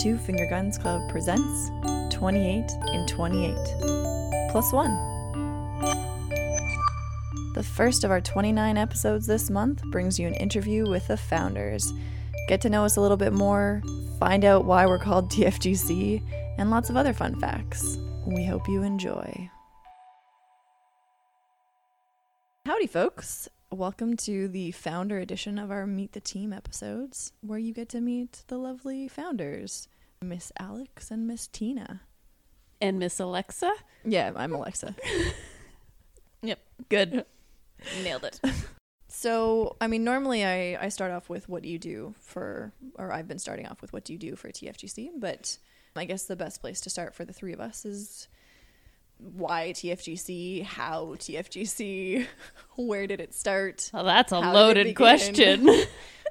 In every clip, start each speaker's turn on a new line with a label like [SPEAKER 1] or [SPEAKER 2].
[SPEAKER 1] Two Finger Guns Club presents 28 in 28 plus one. The first of our 29 episodes this month brings you an interview with the founders. Get to know us a little bit more, find out why we're called TFGC, and lots of other fun facts. We hope you enjoy. Howdy, folks. Welcome to the founder edition of our Meet the Team episodes, where you get to meet the lovely founders, Miss Alex and Miss Tina.
[SPEAKER 2] and Miss Alexa.
[SPEAKER 1] Yeah, I'm Alexa.
[SPEAKER 2] Good. Nailed it.
[SPEAKER 1] So, I mean, normally I, I start off with what do you do for, or I've been starting off with what do you do for TFGC, but I guess the best place to start for the three of us is why TFGC, how TFGC, where did it start?
[SPEAKER 2] Well, that's a
[SPEAKER 1] How did it
[SPEAKER 2] loaded
[SPEAKER 1] begin?
[SPEAKER 2] question.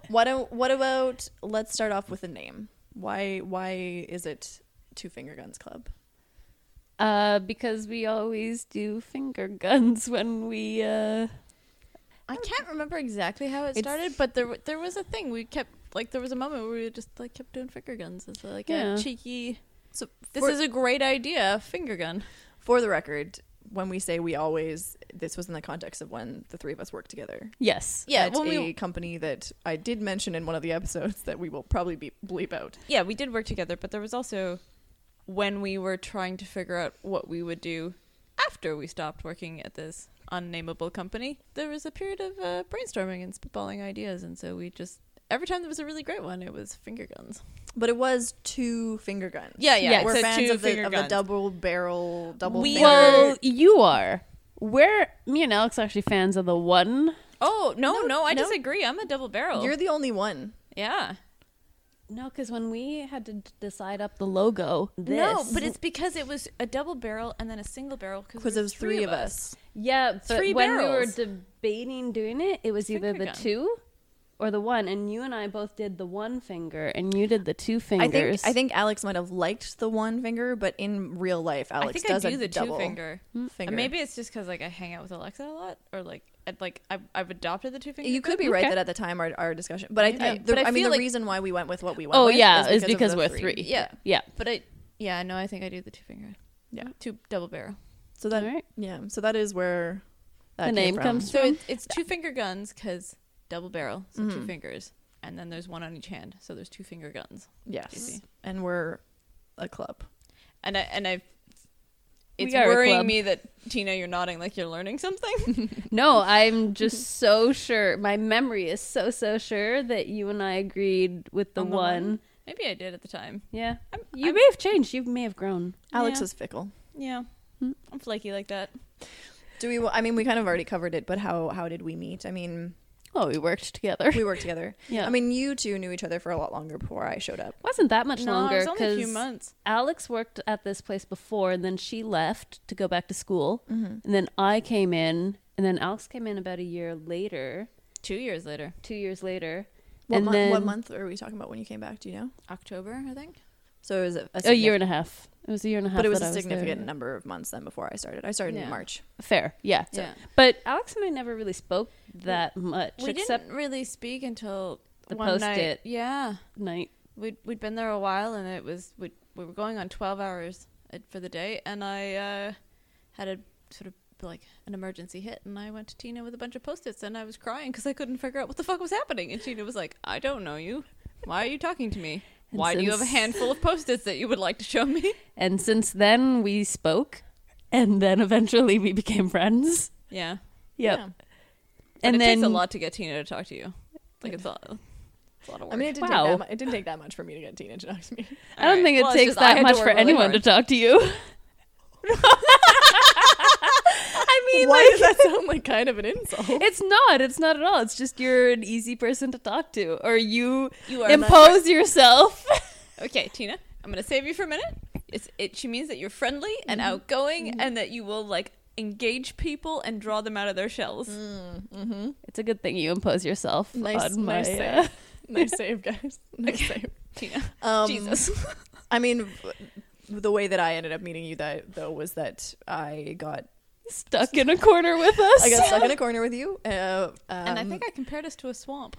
[SPEAKER 1] What, a- what about, let's start off with a name. Why, why is it Two Finger Guns Club?
[SPEAKER 2] uh, because we always do finger guns when we. Uh...
[SPEAKER 3] I can't remember exactly how it
[SPEAKER 1] It's-
[SPEAKER 3] started, but there w- there was a thing we kept like there was a moment where we just like kept doing finger guns as like
[SPEAKER 2] Yeah.
[SPEAKER 3] a cheeky. So this
[SPEAKER 1] for-
[SPEAKER 3] is a great idea, finger gun.
[SPEAKER 1] For the record, when we say we always, this was in the context of when the three of us worked together.
[SPEAKER 2] Yes.
[SPEAKER 3] Yeah,
[SPEAKER 1] at
[SPEAKER 3] when
[SPEAKER 1] a
[SPEAKER 3] we
[SPEAKER 1] company that I did mention in one of the episodes that we will probably be bleep out.
[SPEAKER 3] yeah we did work together, but there was also when we were trying to figure out what we would do after we stopped working at this unnameable company. There was a period of uh, brainstorming and spitballing ideas, and so we just every time there was a really great one, it was finger guns.
[SPEAKER 1] But it was two finger guns.
[SPEAKER 3] Yeah, yeah,
[SPEAKER 2] Yes.
[SPEAKER 1] We're
[SPEAKER 3] so
[SPEAKER 1] fans
[SPEAKER 3] two
[SPEAKER 1] of the,
[SPEAKER 3] finger
[SPEAKER 1] of the
[SPEAKER 3] guns.
[SPEAKER 1] double barrel, double
[SPEAKER 3] We
[SPEAKER 1] finger.
[SPEAKER 2] Well, you are. We're me and Alex are actually fans of the one.
[SPEAKER 3] Oh no,
[SPEAKER 1] No,
[SPEAKER 3] no, I
[SPEAKER 1] no.
[SPEAKER 3] disagree. I'm a double barrel.
[SPEAKER 1] You're the only one.
[SPEAKER 3] yeah.
[SPEAKER 2] No, because when we had to d- decide up the logo, this.
[SPEAKER 3] No, but it's because it was a double barrel and then a single barrel
[SPEAKER 1] Because
[SPEAKER 3] because
[SPEAKER 1] it was three of us.
[SPEAKER 2] yeah. But
[SPEAKER 3] Three
[SPEAKER 2] when
[SPEAKER 3] barrels.
[SPEAKER 2] we were debating doing it, it was either
[SPEAKER 3] Finger
[SPEAKER 2] the
[SPEAKER 3] gun.
[SPEAKER 2] two or the one, and you and I both did the one finger, and you did the two
[SPEAKER 1] I
[SPEAKER 2] fingers.
[SPEAKER 1] think I think Alex might have liked the one finger, but in real life, Alex
[SPEAKER 3] I think
[SPEAKER 1] does
[SPEAKER 3] I
[SPEAKER 1] a
[SPEAKER 3] do the
[SPEAKER 1] double Mm.
[SPEAKER 3] two finger.
[SPEAKER 1] finger.
[SPEAKER 3] Maybe it's just because like I hang out with Alexa a lot, or like I'd, like I've, I've adopted the two finger.
[SPEAKER 1] you could be
[SPEAKER 3] gun.
[SPEAKER 1] right
[SPEAKER 2] Okay.
[SPEAKER 1] that at the time our, our discussion, but I, I,
[SPEAKER 3] Maybe.
[SPEAKER 1] the,
[SPEAKER 3] But I
[SPEAKER 1] I, mean
[SPEAKER 3] feel
[SPEAKER 1] the
[SPEAKER 3] like-
[SPEAKER 1] reason why we went with what we went.
[SPEAKER 2] Oh
[SPEAKER 1] with
[SPEAKER 2] yeah,
[SPEAKER 1] is
[SPEAKER 2] is because
[SPEAKER 1] of
[SPEAKER 2] we're
[SPEAKER 1] the
[SPEAKER 2] three.
[SPEAKER 3] Yeah.
[SPEAKER 2] Yeah.
[SPEAKER 3] But I yeah no I think I do the two finger.
[SPEAKER 1] Yeah.
[SPEAKER 3] two double barrel.
[SPEAKER 1] So that
[SPEAKER 2] All right.
[SPEAKER 1] yeah, so that is where that
[SPEAKER 2] The
[SPEAKER 1] came
[SPEAKER 2] name
[SPEAKER 1] from.
[SPEAKER 2] comes
[SPEAKER 3] So
[SPEAKER 2] From-
[SPEAKER 3] it's, it's two finger guns because double barrel, so two
[SPEAKER 1] Mhm.
[SPEAKER 3] fingers, and then there's one on each hand, so there's two finger guns.
[SPEAKER 1] Yes,
[SPEAKER 3] Easy.
[SPEAKER 1] and we're a club.
[SPEAKER 3] And I and I.
[SPEAKER 2] We
[SPEAKER 3] It's
[SPEAKER 2] are a
[SPEAKER 3] worrying
[SPEAKER 2] club.
[SPEAKER 3] me that Tina, you're nodding like you're learning something.
[SPEAKER 2] No, I'm just so sure. My memory is so so sure that you and I agreed with the,
[SPEAKER 3] On the
[SPEAKER 2] one.
[SPEAKER 3] one? Maybe I did at the time.
[SPEAKER 2] Yeah,
[SPEAKER 3] I'm,
[SPEAKER 2] you
[SPEAKER 3] I'm-
[SPEAKER 2] may have changed. You may have grown.
[SPEAKER 1] Alex
[SPEAKER 3] Yeah.
[SPEAKER 1] is fickle.
[SPEAKER 3] Yeah.
[SPEAKER 2] Hmm.
[SPEAKER 3] I'm flaky like that.
[SPEAKER 1] Do we? I mean, we kind of already covered it, but how how did we meet? I mean,
[SPEAKER 2] Oh, we worked together.
[SPEAKER 1] we worked together.
[SPEAKER 2] yeah,
[SPEAKER 1] I mean, you two knew each other for a lot longer before I showed up.
[SPEAKER 2] wasn't that much longer
[SPEAKER 3] it's only a few
[SPEAKER 2] because
[SPEAKER 3] months.
[SPEAKER 2] Alex worked at this place before, and then she left to go back to school,
[SPEAKER 1] Mm-hmm.
[SPEAKER 2] and then I came in, and then Alex came in about a year later,
[SPEAKER 3] Two years later.
[SPEAKER 2] two years later.
[SPEAKER 1] What,
[SPEAKER 2] and
[SPEAKER 1] mon-
[SPEAKER 2] then
[SPEAKER 1] what month are we talking about when you came back? Do you know?
[SPEAKER 3] October, I think.
[SPEAKER 1] So it was a,
[SPEAKER 2] A year
[SPEAKER 1] signif-
[SPEAKER 2] and a half. It was a year and a half.
[SPEAKER 1] but it was
[SPEAKER 2] that I
[SPEAKER 1] a
[SPEAKER 2] there.
[SPEAKER 1] significant number of months then before I started. I started in
[SPEAKER 3] Yeah.
[SPEAKER 1] March.
[SPEAKER 2] Fair, yeah.
[SPEAKER 3] Yeah.
[SPEAKER 2] But Alex and I never really spoke that much,
[SPEAKER 3] we
[SPEAKER 2] except
[SPEAKER 3] didn't really speak until
[SPEAKER 2] The
[SPEAKER 3] one night.
[SPEAKER 2] post-it.
[SPEAKER 3] Yeah.
[SPEAKER 2] night.
[SPEAKER 3] We'd we'd been there a while and it was we we were going on 12 hours uh, for the day and I uh, had a sort of like an emergency hit and I went to Tina with a bunch of post-its and I was crying cuz I couldn't figure out what the fuck was happening and Tina was like, "I don't know you. Why are you talking to me?"
[SPEAKER 2] And
[SPEAKER 3] Why do you have a
[SPEAKER 2] since-
[SPEAKER 3] handful of post-its that you would like to show me?
[SPEAKER 2] And since then, we spoke, and then eventually we became friends.
[SPEAKER 3] Yeah.
[SPEAKER 2] Yep.
[SPEAKER 1] Yeah.
[SPEAKER 3] But
[SPEAKER 2] And
[SPEAKER 3] it
[SPEAKER 2] then
[SPEAKER 3] takes a lot to get Tina to talk to you. Like it's a, it's a lot of work.
[SPEAKER 1] I mean, it didn't,
[SPEAKER 2] Wow.
[SPEAKER 1] take that mu- it didn't take that much for me to get Tina to talk to me.
[SPEAKER 2] I don't think it takes that much for anyone to talk to you. I mean,
[SPEAKER 1] Why
[SPEAKER 2] like,
[SPEAKER 1] does that sound like kind of an insult?
[SPEAKER 2] it's not. It's not at all. It's just you're an easy person to talk to, or you
[SPEAKER 3] You are
[SPEAKER 2] impose yourself.
[SPEAKER 3] okay, Tina. I'm gonna save you for a minute. It's, it she means that you're friendly and outgoing, and that you will like engage people and draw them out of their shells.
[SPEAKER 1] mm-hmm.
[SPEAKER 2] It's a good thing you impose yourself
[SPEAKER 1] Nice,
[SPEAKER 2] on my.
[SPEAKER 1] nice save.
[SPEAKER 2] uh,
[SPEAKER 1] nice save, guys. Nice save.
[SPEAKER 3] Tina,
[SPEAKER 1] Um,
[SPEAKER 3] Jesus.
[SPEAKER 1] I mean, the way that I ended up meeting you, that though, was that I got
[SPEAKER 2] stuck in a corner with us.
[SPEAKER 1] I got stuck in a corner with you. Uh,
[SPEAKER 3] and I
[SPEAKER 1] um,
[SPEAKER 3] think I compared us to a swamp.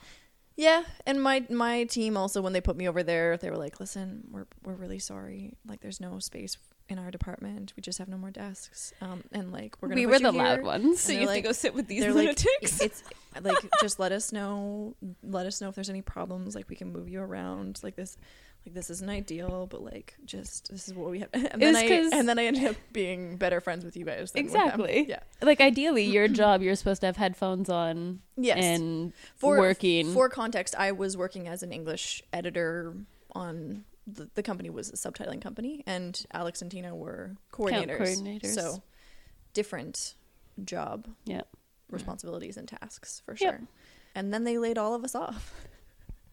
[SPEAKER 1] Yeah, and my my team also when they put me over there, they were like, "Listen, we're we're really sorry. Like, there's no space in our department. We just have no more desks. Um, and like we're gonna
[SPEAKER 2] we
[SPEAKER 1] put
[SPEAKER 2] were
[SPEAKER 1] you
[SPEAKER 2] the
[SPEAKER 1] here.
[SPEAKER 2] loud ones.
[SPEAKER 3] So
[SPEAKER 1] they're
[SPEAKER 3] you have
[SPEAKER 1] like-
[SPEAKER 3] to go sit with these
[SPEAKER 1] They're
[SPEAKER 3] lunatics.
[SPEAKER 1] like, it's like just let us know. Let us know if there's any problems. Like we can move you around. Like this, like this isn't ideal, but like just this is what we have. And
[SPEAKER 2] It
[SPEAKER 1] then
[SPEAKER 2] was
[SPEAKER 1] I
[SPEAKER 2] 'cause-
[SPEAKER 1] and then I ended up being better friends with you guys. Than with them.
[SPEAKER 2] Exactly.
[SPEAKER 1] Yeah.
[SPEAKER 2] Like ideally, your job you're supposed to have headphones on
[SPEAKER 1] Yes.
[SPEAKER 2] and working.
[SPEAKER 1] For context, I was working as an English editor on the, the company was a subtitling company, and Alex and Tina were coordinators.
[SPEAKER 2] coordinators.
[SPEAKER 1] So different job
[SPEAKER 2] yeah.
[SPEAKER 1] responsibilities and tasks for
[SPEAKER 2] Yep.
[SPEAKER 1] sure. And then they laid all of us off,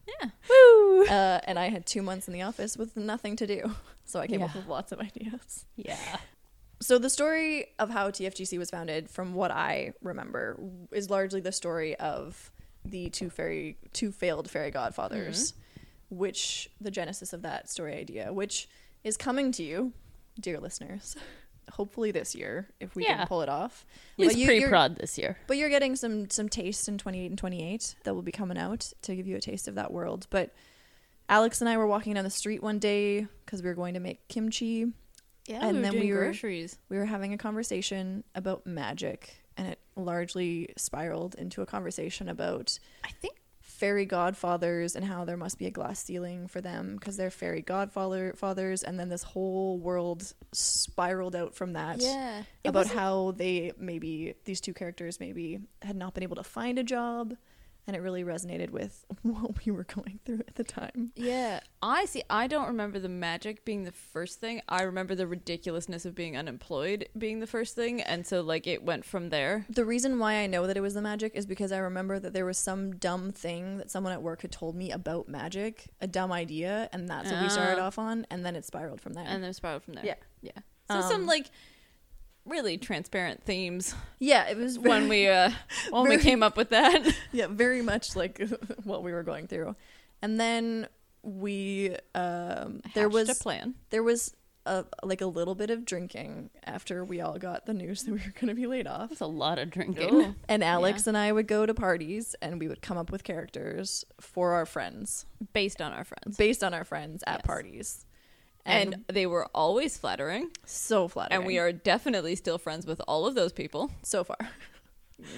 [SPEAKER 3] yeah.
[SPEAKER 2] Woo.
[SPEAKER 1] uh, and I had two months in the office with nothing to do, so I came up
[SPEAKER 2] Yeah.
[SPEAKER 1] with lots of ideas.
[SPEAKER 2] Yeah.
[SPEAKER 1] So the story of how TFGC was founded, from what I remember, is largely the story of the two fairy, two failed fairy godfathers, which the genesis of that story idea, which is coming to you, dear listeners, hopefully this year if we
[SPEAKER 2] Yeah.
[SPEAKER 1] can pull it off.
[SPEAKER 2] At least
[SPEAKER 1] you- you're-
[SPEAKER 2] pre-prod this year.
[SPEAKER 1] but you're getting some some taste in 28 and 28 that will be coming out to give you a taste of that world. But Alex and I were walking down the street one day because we were going to make kimchi
[SPEAKER 3] Yeah.
[SPEAKER 1] And
[SPEAKER 3] we were
[SPEAKER 1] then
[SPEAKER 3] doing
[SPEAKER 1] we were-
[SPEAKER 3] groceries.
[SPEAKER 1] we were having a conversation about magic and it largely spiraled into a conversation about
[SPEAKER 3] I think
[SPEAKER 1] fairy godfathers and how there must be a glass ceiling for them because they're fairy godfather fathers and then this whole world spiraled out from that
[SPEAKER 3] yeah. It
[SPEAKER 1] about
[SPEAKER 3] was-
[SPEAKER 1] how they maybe these two characters maybe had not been able to find a job and it really resonated with what we were going through at the time
[SPEAKER 3] yeah. I see. I don't remember the magic being the first thing. I remember the ridiculousness of being unemployed being the first thing, and so like it went from there.
[SPEAKER 1] The reason why I know that it was the magic is because I remember that there was some dumb thing that someone at work had told me about magic, a dumb idea, and that's what we started
[SPEAKER 3] Ah.
[SPEAKER 1] off on, and then it spiraled from there.
[SPEAKER 3] and then spiraled from there.
[SPEAKER 1] Yeah.
[SPEAKER 3] yeah. So some
[SPEAKER 1] Um,
[SPEAKER 3] like really transparent themes
[SPEAKER 1] yeah, it was one.
[SPEAKER 3] when we uh when we
[SPEAKER 1] Very-
[SPEAKER 3] came up with that.
[SPEAKER 1] yeah, very much like what we were going through. And then we um, there
[SPEAKER 3] Hatched
[SPEAKER 1] was
[SPEAKER 3] a plan.
[SPEAKER 1] there was a, like a little bit of drinking after we all got the news that we were going to be laid off.
[SPEAKER 2] That's a lot of drinking.
[SPEAKER 3] Oh.
[SPEAKER 1] And Alex and I would go to parties, and we would come up with characters for our friends.
[SPEAKER 3] based on our friends.
[SPEAKER 1] based on our friends at
[SPEAKER 3] Yes.
[SPEAKER 1] parties. And,
[SPEAKER 3] And, they were always flattering,
[SPEAKER 1] so flattering.
[SPEAKER 3] and we are definitely still friends with all of those people,
[SPEAKER 1] so far.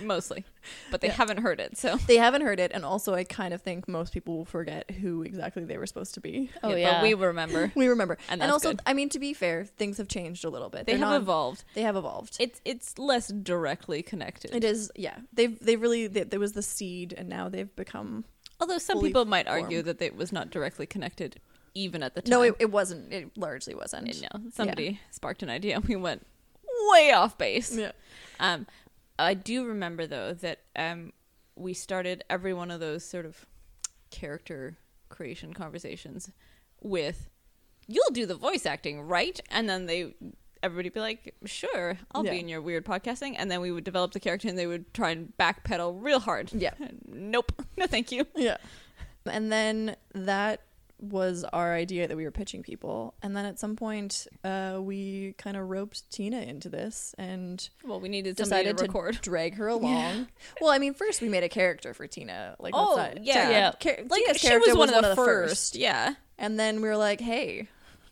[SPEAKER 3] mostly. But they
[SPEAKER 1] Yeah.
[SPEAKER 3] haven't heard it, so
[SPEAKER 1] They haven't heard it, and also I kind of think most people will forget who exactly they were supposed to be.
[SPEAKER 2] Oh, yeah.
[SPEAKER 3] But we remember.
[SPEAKER 1] We remember.
[SPEAKER 3] And
[SPEAKER 1] And,
[SPEAKER 3] that's
[SPEAKER 1] also,
[SPEAKER 3] good.
[SPEAKER 1] I mean, to be fair, things have changed a little bit.
[SPEAKER 3] They
[SPEAKER 1] They're
[SPEAKER 3] have
[SPEAKER 1] not-
[SPEAKER 3] evolved.
[SPEAKER 1] They have evolved.
[SPEAKER 3] It's it's less directly connected.
[SPEAKER 1] it is, yeah. They've they really they, there was the seed, and now they've become.
[SPEAKER 3] Although some
[SPEAKER 1] fully
[SPEAKER 3] people might argue
[SPEAKER 1] formed.
[SPEAKER 3] that it was not directly connected, even at the time.
[SPEAKER 1] No, it, it wasn't. It largely wasn't.
[SPEAKER 3] no. Somebody sparked an idea, and we went way off base.
[SPEAKER 1] Yeah.
[SPEAKER 3] Um, I do remember though that um, we started every one of those sort of character creation conversations with, "You'll do the voice acting, right?" And then they, everybody would be like, "Sure, I'll
[SPEAKER 1] Yeah.
[SPEAKER 3] be in your weird podcasting." And then we would develop the character, and they would try and backpedal real hard.
[SPEAKER 1] Yeah.
[SPEAKER 3] nope, no, thank you.
[SPEAKER 1] Yeah. And then that was our idea that we were pitching people. And then at some point, uh, we kind of roped Tina into this and
[SPEAKER 3] Well, we needed somebody
[SPEAKER 1] decided
[SPEAKER 3] to
[SPEAKER 1] to,
[SPEAKER 3] record.
[SPEAKER 1] drag her along. Well, I mean, first we made a character for Tina. Like,
[SPEAKER 3] Oh,
[SPEAKER 1] that's not,
[SPEAKER 3] yeah.
[SPEAKER 2] Yeah.
[SPEAKER 1] Ca-
[SPEAKER 3] like
[SPEAKER 1] Tina's
[SPEAKER 3] she was,
[SPEAKER 1] character
[SPEAKER 3] one, of the
[SPEAKER 1] first.
[SPEAKER 3] first. Yeah.
[SPEAKER 1] And then we were like, hey,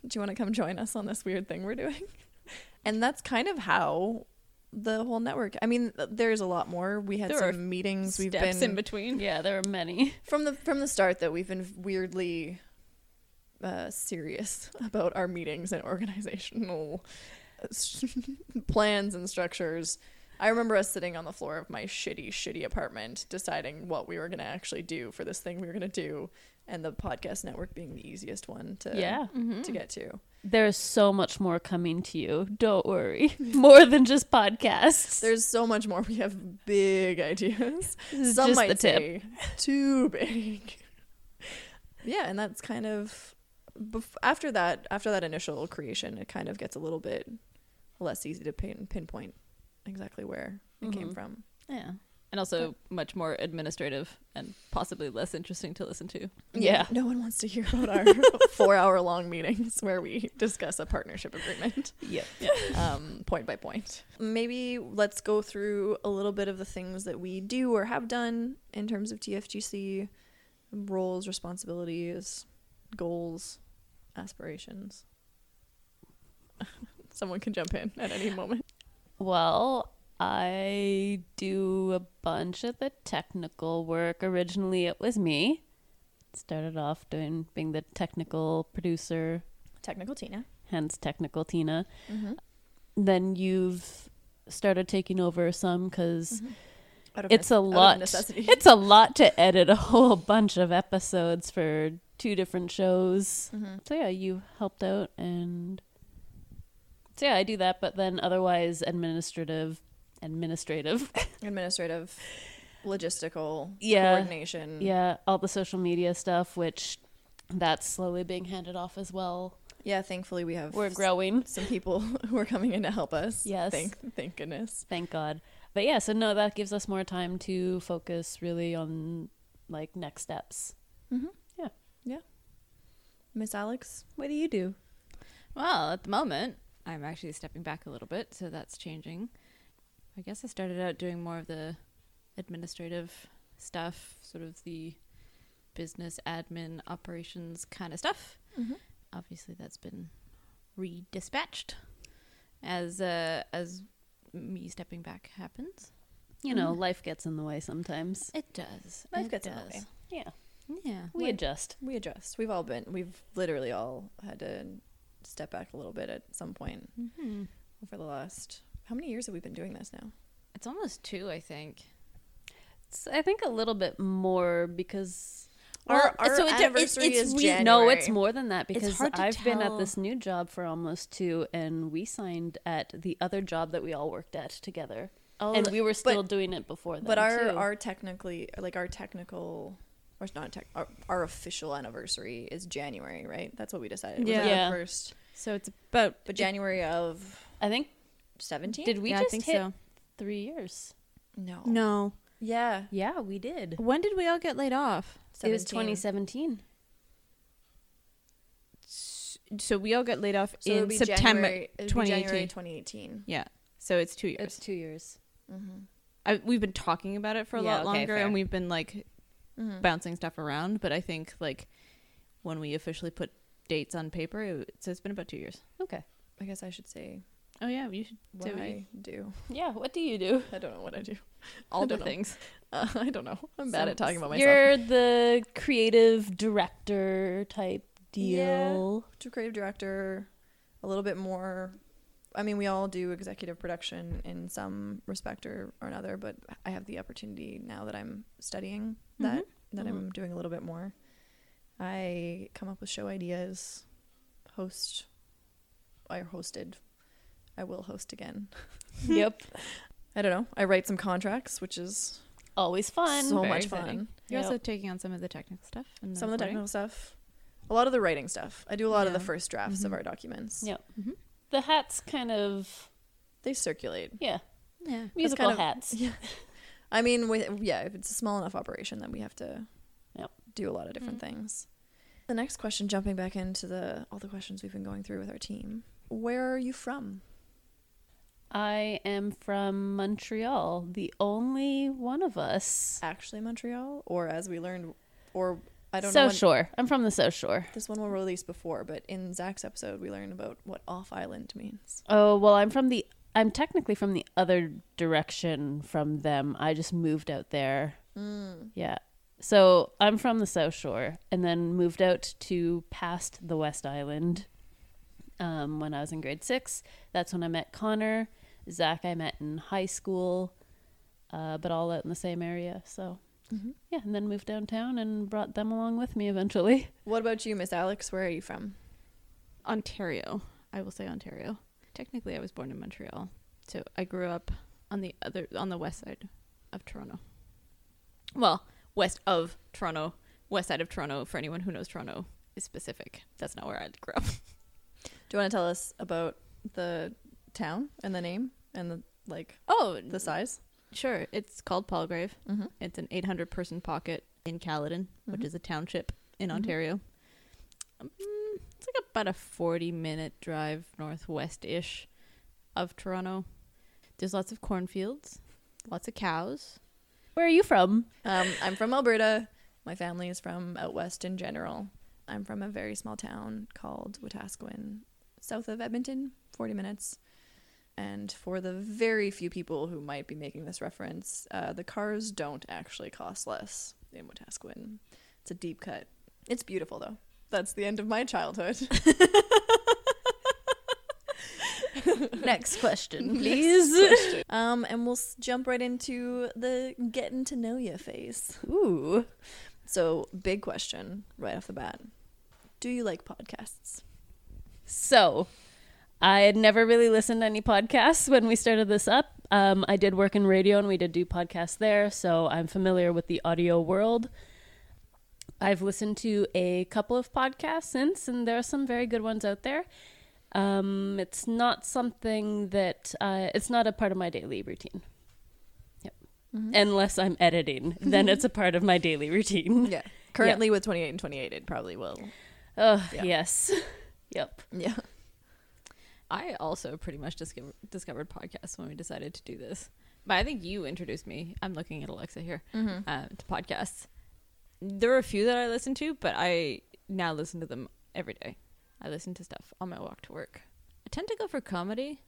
[SPEAKER 1] do you want to come join us on this weird thing we're doing? And that's kind of how the whole network. I mean, th- there's a lot more. We had
[SPEAKER 3] There are
[SPEAKER 1] some meetings. We've
[SPEAKER 3] Steps
[SPEAKER 1] been
[SPEAKER 3] in between.
[SPEAKER 2] Yeah, there were many.
[SPEAKER 1] from the from the start though we've been weirdly uh, serious about our meetings and organizational uh, s- plans and structures i remember us sitting on the floor of my shitty shitty apartment deciding what we were going to actually do for this thing we were going to do and the podcast network being the easiest one to
[SPEAKER 2] Yeah.
[SPEAKER 3] Mm-hmm.
[SPEAKER 1] to get to
[SPEAKER 2] There's so much more coming to you. Don't worry. More than just podcasts.
[SPEAKER 1] there's so much more we have big ideas
[SPEAKER 2] This is
[SPEAKER 1] Some
[SPEAKER 2] just
[SPEAKER 1] might
[SPEAKER 2] the tip.
[SPEAKER 1] say too big. yeah, and that's kind of bef- after that. After that initial creation, it kind of gets a little bit less easy to pin- pinpoint exactly where it came
[SPEAKER 2] Mhm.
[SPEAKER 1] from.
[SPEAKER 2] Yeah.
[SPEAKER 3] and also much more administrative and possibly less interesting to listen to.
[SPEAKER 2] Yeah.
[SPEAKER 1] no one wants to hear about our four-hour-long meetings where we discuss a partnership agreement.
[SPEAKER 2] Yep.
[SPEAKER 1] um, point by point. Maybe let's go through a little bit of the things that we do or have done in terms of TFGC roles, responsibilities, goals, aspirations. Someone can jump in at any moment.
[SPEAKER 2] Well, I do a bunch of the technical work. Originally, it was me. Started off doing being the technical producer,
[SPEAKER 1] Technical Tina.
[SPEAKER 2] hence technical Tina.
[SPEAKER 1] Mm-hmm.
[SPEAKER 2] Then you've started taking over some because
[SPEAKER 1] Mm-hmm. Out of
[SPEAKER 2] it's
[SPEAKER 1] nec-
[SPEAKER 2] a
[SPEAKER 1] out of
[SPEAKER 2] lot.
[SPEAKER 1] necessity.
[SPEAKER 2] It's a lot to edit a whole bunch of episodes for two different shows.
[SPEAKER 1] Mhm.
[SPEAKER 2] So yeah, you helped out and so yeah, I do that. But then otherwise, administrative, administrative.
[SPEAKER 1] administrative, logistical,
[SPEAKER 2] Yeah.
[SPEAKER 1] coordination.
[SPEAKER 2] yeah, all the social media stuff, which that's slowly being handed off as well.
[SPEAKER 1] Yeah, thankfully we have
[SPEAKER 2] We're
[SPEAKER 1] s-
[SPEAKER 2] growing.
[SPEAKER 1] some people who are coming in to help us.
[SPEAKER 2] Yes.
[SPEAKER 1] Thank thank goodness.
[SPEAKER 2] Thank God. But yeah, so no, that gives us more time to focus really on like next steps.
[SPEAKER 1] Mm-hmm. Miss Alex,
[SPEAKER 2] What do you do?
[SPEAKER 3] Well, at the moment, I'm actually stepping back a little bit, so that's changing. I guess I started out doing more of the administrative stuff, sort of the business admin operations kind of stuff.
[SPEAKER 1] Mhm.
[SPEAKER 3] Obviously, that's been redispatched as uh, as me stepping back happens.
[SPEAKER 2] You know, life gets in the way sometimes.
[SPEAKER 3] It does.
[SPEAKER 1] Life
[SPEAKER 3] it
[SPEAKER 1] gets in the
[SPEAKER 3] does.
[SPEAKER 2] Yeah.
[SPEAKER 3] Yeah.
[SPEAKER 2] We
[SPEAKER 1] Life-
[SPEAKER 2] adjust.
[SPEAKER 1] we adjust. We've all been we've literally all had to step back a little bit at some point
[SPEAKER 3] Mm-hmm.
[SPEAKER 1] over the last how many years have we been doing this now?
[SPEAKER 3] It's almost two, I think.
[SPEAKER 2] It's, I think a little bit more because
[SPEAKER 1] Our-
[SPEAKER 2] Well,
[SPEAKER 1] our
[SPEAKER 2] it-
[SPEAKER 1] anniversary is
[SPEAKER 2] we- No, it's
[SPEAKER 1] January.
[SPEAKER 2] more than that
[SPEAKER 3] It's
[SPEAKER 2] because
[SPEAKER 3] hard to
[SPEAKER 2] I've been at
[SPEAKER 3] tell.
[SPEAKER 2] this new job for almost two, and we signed at the other job that we all worked at together,
[SPEAKER 3] Oh,
[SPEAKER 2] and we were still doing it before. Then
[SPEAKER 1] But our
[SPEAKER 2] too.
[SPEAKER 1] our technically like our technical or it's not tech our, our official anniversary is January, right? That's what we decided. Was that the
[SPEAKER 2] Yeah.
[SPEAKER 1] first
[SPEAKER 3] so it's about
[SPEAKER 1] but January of
[SPEAKER 2] I think
[SPEAKER 1] seventeen?
[SPEAKER 2] did we
[SPEAKER 3] yeah,
[SPEAKER 2] just
[SPEAKER 3] I think
[SPEAKER 2] hit
[SPEAKER 3] so.
[SPEAKER 2] three years?
[SPEAKER 1] No.
[SPEAKER 3] No.
[SPEAKER 1] Yeah.
[SPEAKER 2] Yeah, we did.
[SPEAKER 3] When did we all get laid off?
[SPEAKER 2] It was
[SPEAKER 1] 17.
[SPEAKER 2] 2017.
[SPEAKER 3] So we all got laid off
[SPEAKER 1] So it'll
[SPEAKER 3] in
[SPEAKER 1] be
[SPEAKER 3] September
[SPEAKER 1] January, it'll be
[SPEAKER 3] 2018.
[SPEAKER 1] January 2018.
[SPEAKER 3] Yeah. So it's two years.
[SPEAKER 2] It's two years.
[SPEAKER 1] Mm-hmm.
[SPEAKER 3] I, we've been talking about it for a
[SPEAKER 2] Yeah,
[SPEAKER 3] lot
[SPEAKER 2] okay,
[SPEAKER 3] longer,
[SPEAKER 2] fair.
[SPEAKER 3] and we've been like
[SPEAKER 1] Mhm.
[SPEAKER 3] bouncing stuff around. But I think like when we officially put dates on paper, it, so it's been about two years.
[SPEAKER 2] Okay.
[SPEAKER 1] I guess I should say
[SPEAKER 3] Oh yeah, you should
[SPEAKER 1] what
[SPEAKER 3] do
[SPEAKER 1] I do.
[SPEAKER 2] Yeah. What do you do?
[SPEAKER 1] I don't know what I do.
[SPEAKER 3] all
[SPEAKER 1] I
[SPEAKER 3] the
[SPEAKER 1] don't know.
[SPEAKER 3] things.
[SPEAKER 1] Uh, I don't know. I'm bad
[SPEAKER 2] Some-
[SPEAKER 1] at talking about myself.
[SPEAKER 2] You're the creative director type
[SPEAKER 1] Yeah.
[SPEAKER 2] deal.
[SPEAKER 1] to creative director, a little bit more. I mean, we all do executive production in some respect or, or another, but I have the opportunity now that I'm studying that that I'm doing a little bit more. I come up with show ideas, host. I hosted. I will host again.
[SPEAKER 2] yep.
[SPEAKER 1] I don't know. I write some contracts, which is
[SPEAKER 2] Always fun.
[SPEAKER 1] so
[SPEAKER 3] Very
[SPEAKER 1] much
[SPEAKER 3] exciting.
[SPEAKER 1] fun.
[SPEAKER 3] You're
[SPEAKER 2] Yep.
[SPEAKER 3] also taking on some of the technical stuff. and
[SPEAKER 1] Some of the technical
[SPEAKER 3] reporting.
[SPEAKER 1] stuff, a lot of the writing stuff. I do a lot of the
[SPEAKER 3] Yeah.
[SPEAKER 1] first drafts
[SPEAKER 3] Mhm.
[SPEAKER 1] of our documents.
[SPEAKER 2] Yep.
[SPEAKER 3] Mm-hmm.
[SPEAKER 2] the hats kind of
[SPEAKER 1] They circulate.
[SPEAKER 2] yeah
[SPEAKER 3] Yeah.
[SPEAKER 2] musical
[SPEAKER 1] kind of-
[SPEAKER 2] hats
[SPEAKER 1] Yeah. I mean, with, yeah, if it's a small enough operation, then we have to
[SPEAKER 2] Yep.
[SPEAKER 1] do a lot of different things. The next question, jumping back into the all the questions we've been going through with our team. Where are you from?
[SPEAKER 2] i am from montreal the only one of us
[SPEAKER 1] Actually, Montreal, or as we learned, or I don't know.
[SPEAKER 2] south
[SPEAKER 1] when-
[SPEAKER 2] shore i'm from the south shore
[SPEAKER 1] This one will release before, but in Zach's episode, we learned about what off island means.
[SPEAKER 2] oh well i'm from the i'm technically from the other direction from them i just moved out there yeah so i'm from the south shore and then moved out to past the west island um, when i was in grade six that's when i met connor zach i met in high school uh, but all out in the same area so
[SPEAKER 1] Mhm.
[SPEAKER 2] yeah and then moved downtown and brought them along with me eventually
[SPEAKER 1] What about you, Miss Alex? Where are you from?
[SPEAKER 3] Ontario. I will say Ontario. Technically, I was born in Montreal, so I grew up on the other on the west side of Toronto. Well, west of Toronto, west side of Toronto. For anyone who knows Toronto, is specific. That's not where I grew up.
[SPEAKER 1] Do you want to tell us about the town and the name and the like
[SPEAKER 3] Oh,
[SPEAKER 1] the size?
[SPEAKER 3] sure. It's called Palgrave.
[SPEAKER 1] Mm-hmm.
[SPEAKER 3] It's an 800 person pocket in Caledon, which
[SPEAKER 1] Mhm.
[SPEAKER 3] is a township in
[SPEAKER 1] Mhm.
[SPEAKER 3] Ontario. Um, it's like about a 40 minute drive northwest ish of Toronto. There's lots of cornfields, lots of cows.
[SPEAKER 2] where are you from
[SPEAKER 1] Um, I'm from Alberta. My family is from out west in general. I'm from a very small town called Wetaskiwin, south of Edmonton, 40 minutes. And for the very few people who might be making this reference, uh, the cars don't actually cost less in Wetaskiwin. It's a deep cut. It's beautiful, though. That's the end of my childhood.
[SPEAKER 2] Next question,
[SPEAKER 1] Next
[SPEAKER 2] please.
[SPEAKER 1] Um, and we'll s- jump right into the getting to know you phase.
[SPEAKER 2] Ooh.
[SPEAKER 1] So, big question right off the bat: Do you like podcasts?
[SPEAKER 2] So, I had never really listened to any podcasts when we started this up. Um, I did work in radio and we did do podcasts there, so I'm familiar with the audio world. I've listened to a couple of podcasts since, and there are some very good ones out there. Um, it's not something that uh, it's not a part of my daily routine. Yep. Mm-hmm. Unless I'm editing, then it's a part of my daily routine.
[SPEAKER 1] Mm. Yeah. Currently, with twenty eight and twenty eight, it probably will.
[SPEAKER 2] Oh,
[SPEAKER 1] Yeah.
[SPEAKER 2] yes. yep.
[SPEAKER 1] Yeah.
[SPEAKER 3] I also pretty much discover, discovered podcasts when we decided to do this. But I think you introduced me. I'm looking at Alexa here uh, to podcasts. There are a few that I listen to, but I now listen to them every day. I listen to stuff on my walk to work. I tend to go for comedy,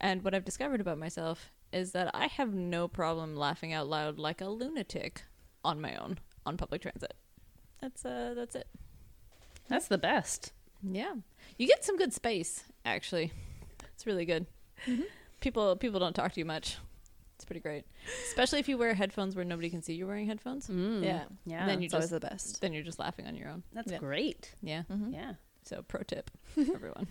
[SPEAKER 3] and what I've discovered about myself is that I have no problem laughing out loud like a lunatic on my own on public transit. That's uh, that's it.
[SPEAKER 2] That's the best.
[SPEAKER 3] Yeah, you get some good space actually. It's really good. People people don't talk to you much. It's pretty great, especially if you wear headphones where nobody can see you're wearing headphones.
[SPEAKER 2] Mm.
[SPEAKER 1] Yeah.
[SPEAKER 2] Yeah.
[SPEAKER 3] Then you
[SPEAKER 1] It's always
[SPEAKER 3] just-
[SPEAKER 1] the best. Mm-hmm.
[SPEAKER 3] Then you're just laughing on your own.
[SPEAKER 2] That's
[SPEAKER 1] Yeah.
[SPEAKER 2] great.
[SPEAKER 3] Yeah.
[SPEAKER 2] Yeah.
[SPEAKER 3] So pro tip, everyone.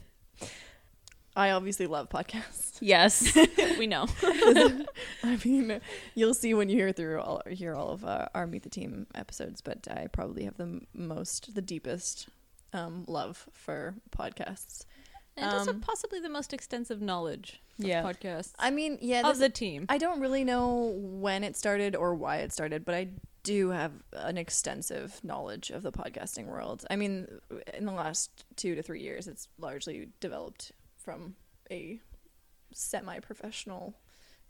[SPEAKER 1] I obviously love podcasts.
[SPEAKER 2] Yes.
[SPEAKER 3] we know.
[SPEAKER 1] I mean, you'll see when you hear through all hear all of uh, our Meet the Team episodes, but I probably have the m- most, the deepest um, love for podcasts.
[SPEAKER 3] And also
[SPEAKER 1] Um,
[SPEAKER 3] possibly the most extensive knowledge of
[SPEAKER 2] Yeah.
[SPEAKER 3] podcasts
[SPEAKER 1] I mean, yeah,
[SPEAKER 3] of
[SPEAKER 1] this,
[SPEAKER 3] the team.
[SPEAKER 1] I don't really know when it started or why it started, but I do have an extensive knowledge of the podcasting world. I mean, in the last two to three years, it's largely developed from a semi professional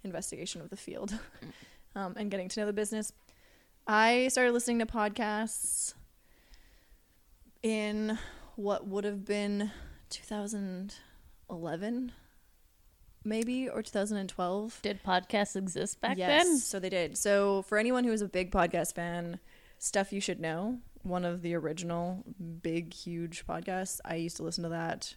[SPEAKER 1] investigation of the field um, and getting to know the business. I started listening to podcasts in what would have been 2011, maybe, or 2012
[SPEAKER 2] Did podcasts exist back
[SPEAKER 1] so they did. So for anyone who is a big podcast fan, Stuff You Should Know, one of the original big, huge podcasts, I used to listen to that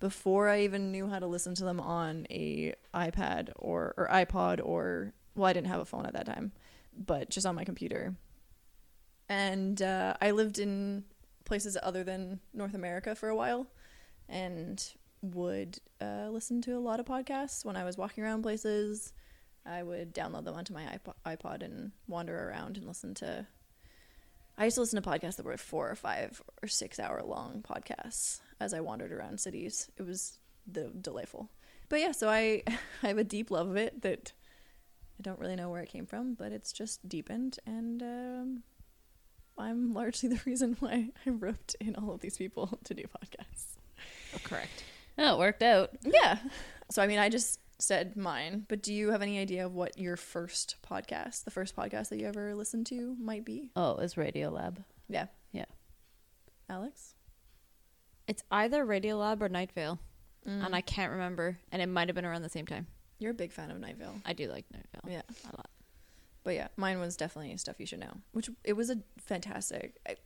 [SPEAKER 1] before I even knew how to listen to them on a iPad or, or iPod or well, I didn't have a phone at that time, but just on my computer. And uh, I lived in places other than North America for a while, and would uh, listen to a lot of podcasts when I was walking around places. I would download them onto my iPod, iPod and wander around and listen to. I used to listen to podcasts that were four or five or six hour long podcasts as I wandered around cities. It was the delightful. But yeah, so I I have a deep love of it that I don't really know where it came from, but it's just deepened, and um, I'm largely the reason why I roped in all of these people to do podcasts.
[SPEAKER 3] correct.
[SPEAKER 2] then? Oh, it worked out.
[SPEAKER 1] Yeah. So I mean, I just said mine, but do you have any idea of what your first podcast, the first podcast that you ever listened to, might be?
[SPEAKER 2] Oh, it was Radio Lab.
[SPEAKER 1] Yeah.
[SPEAKER 2] Yeah.
[SPEAKER 1] Alex.
[SPEAKER 3] It's either Radiolab or Night Vale, and
[SPEAKER 1] Mm.
[SPEAKER 3] I can't remember. And it might have been around the same time.
[SPEAKER 1] You're a big fan of Nightville.
[SPEAKER 3] I do like Night Vale
[SPEAKER 1] Yeah.
[SPEAKER 3] a lot.
[SPEAKER 1] But yeah, mine was definitely stuff you should know, which it was a fantastic. I,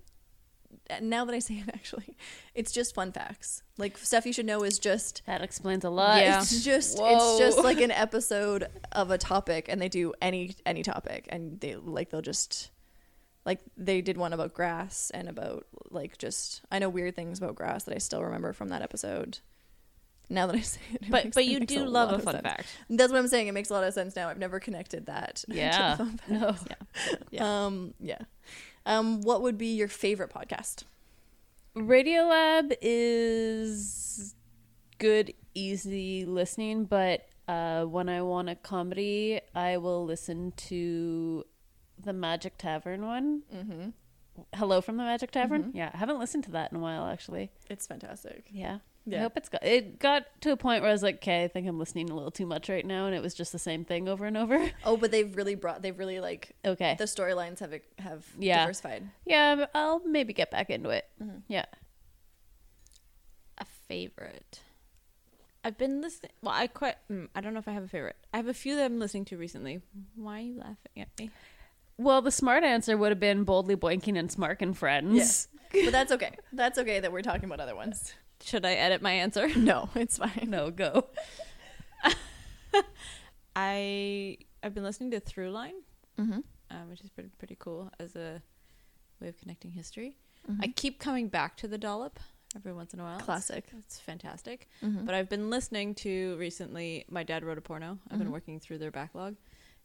[SPEAKER 1] now that I say it, actually, it's just fun facts. Like stuff you should know is just
[SPEAKER 2] That explains a lot.
[SPEAKER 3] Yeah.
[SPEAKER 1] It's just
[SPEAKER 2] Whoa.
[SPEAKER 1] it's just like an episode of a topic and they do any any topic and they like they'll just like they did one about grass and about like just I know weird things about grass that I still remember from that episode. Now that I say it, it
[SPEAKER 3] But
[SPEAKER 1] makes-
[SPEAKER 3] but
[SPEAKER 1] it
[SPEAKER 3] you
[SPEAKER 1] makes
[SPEAKER 3] do love
[SPEAKER 1] lot
[SPEAKER 3] a
[SPEAKER 1] of
[SPEAKER 3] fun
[SPEAKER 1] sense.
[SPEAKER 3] fact.
[SPEAKER 1] That's what I'm saying. It makes a lot of sense now. I've never connected that. to
[SPEAKER 2] Yeah.
[SPEAKER 1] fun fact.
[SPEAKER 2] No.
[SPEAKER 1] Um. Yeah. Um. What would be your favorite podcast?
[SPEAKER 2] Radio Lab is good, easy listening, but uh, when I want a comedy, I will listen to the Magic Tavern one.
[SPEAKER 1] Mm-hmm.
[SPEAKER 2] Mm-hmm. Hello from the Magic Tavern. Yeah, I haven't listened to that in a while, actually.
[SPEAKER 1] It's fantastic.
[SPEAKER 2] Yeah, I hope it's got. It got to a point where I was like, okay, I think I'm listening a little too much right now, and it was just the same thing over and over.
[SPEAKER 1] Oh, but they've really brought. They've really like
[SPEAKER 2] okay.
[SPEAKER 1] the storylines have have
[SPEAKER 2] Yeah.
[SPEAKER 1] diversified.
[SPEAKER 2] yeah, um, I'll maybe get back into it.
[SPEAKER 1] Mm-hmm.
[SPEAKER 2] Yeah.
[SPEAKER 3] a favorite. I've been listening. Well, I quite. Mm, I don't know if I have a favorite. I have a few that I'm listening to recently. Why are you laughing at me?
[SPEAKER 2] Well, the smart answer would have been boldly boinking and smark and friends.
[SPEAKER 1] Yes. but that's okay. That's okay that we're talking about other ones.
[SPEAKER 3] Should I edit my answer?
[SPEAKER 1] No, it's fine.
[SPEAKER 2] No go.
[SPEAKER 3] I I've been listening to Throughline,
[SPEAKER 1] Mm-hmm.
[SPEAKER 3] um, which is pretty pretty cool as a way of connecting history. Mm-hmm. I keep coming back to the dollop every once in a while. It's-
[SPEAKER 1] Classic.
[SPEAKER 3] It's fantastic.
[SPEAKER 1] Mhm.
[SPEAKER 3] But I've been listening to recently. My dad wrote a porno. I've been
[SPEAKER 1] Mhm.
[SPEAKER 3] working through their backlog,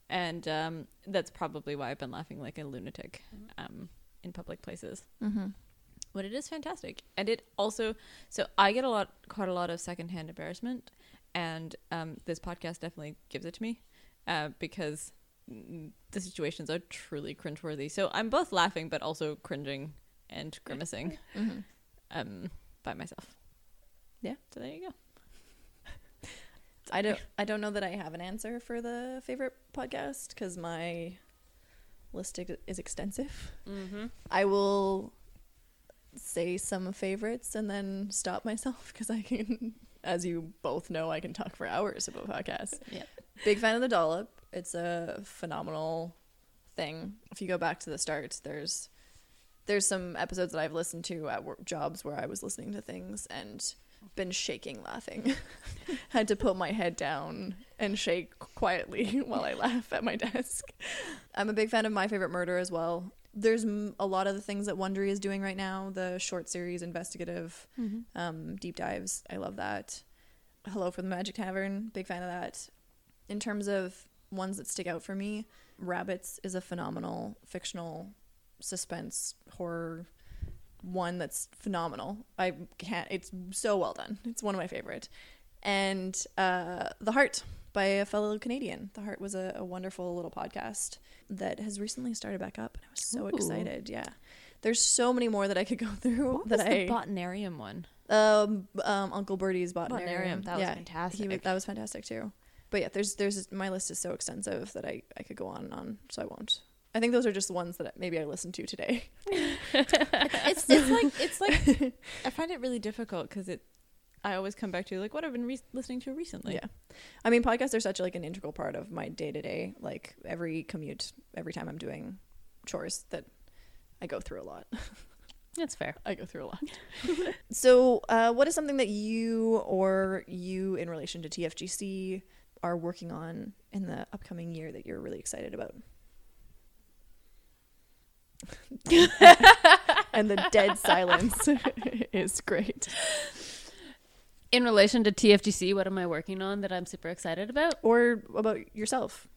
[SPEAKER 3] and um, that's probably why I've been laughing like a lunatic um, in public places.
[SPEAKER 1] Mhm.
[SPEAKER 3] But it is fantastic, and it also. So I get a lot, quite a lot of secondhand embarrassment, and um, this podcast definitely gives it to me uh, because mm, the situations are truly cringeworthy. So I'm both laughing, but also cringing and grimacing
[SPEAKER 1] Mhm.
[SPEAKER 3] um, by myself.
[SPEAKER 1] Yeah.
[SPEAKER 3] So there you go.
[SPEAKER 1] I don't. I don't know that I have an answer for the favorite podcast because my list ex- is extensive.
[SPEAKER 2] Mm-hmm.
[SPEAKER 1] I will say some favorites and then stop myself because I can, as you both know, I can talk for hours about podcasts.
[SPEAKER 3] Yep.
[SPEAKER 1] Big fan of the dollop. It's a phenomenal thing. If you go back to the start, there's there's some episodes that I've listened to at work jobs where I was listening to things and been shaking laughing. Had to put my head down and shake quietly while I laugh at my desk. I'm a big fan of My Favorite Murder as well. There's m- a lot of the things that Wondery is doing right now, the short series, investigative,
[SPEAKER 3] Mm-hmm.
[SPEAKER 1] um, deep dives. I love that. Hello from the Magic Tavern, big fan of that. In terms of ones that stick out for me, Rabbits is a phenomenal fictional suspense horror one that's phenomenal. I can't. It's so well done. It's one of my favorite. And uh, The Heart by a fellow Canadian. The Heart was a, a wonderful little podcast that has recently started back up, and I was so
[SPEAKER 2] Ooh.
[SPEAKER 1] excited. Yeah, there's so many more that I could go through
[SPEAKER 3] What
[SPEAKER 1] that
[SPEAKER 3] was
[SPEAKER 1] I
[SPEAKER 3] the botanarium one?
[SPEAKER 1] um, um, Uncle Birdie's botanarium.
[SPEAKER 3] Botanarium, that was
[SPEAKER 1] yeah,
[SPEAKER 3] fantastic.
[SPEAKER 1] He, wa- that was fantastic too. But yeah, there's there's my list is so extensive that I I could go on and on, so I won't. I think those are just the ones that maybe I listened to today.
[SPEAKER 3] it's, it's like it's like I find it really difficult because it. I always come back to like what I've been re- listening to recently.
[SPEAKER 1] yeah, I mean podcasts are such like an integral part of my day to day, like every commute, every time I'm doing chores that I go through a lot.
[SPEAKER 2] That's fair.
[SPEAKER 1] I go through a lot. so, uh, what is something that you or you in relation to TFGC are working on in the upcoming year that you're really excited about? and the dead silence is great.
[SPEAKER 2] In relation to TFGC, what am I working on that I'm super excited about?
[SPEAKER 1] Or about yourself.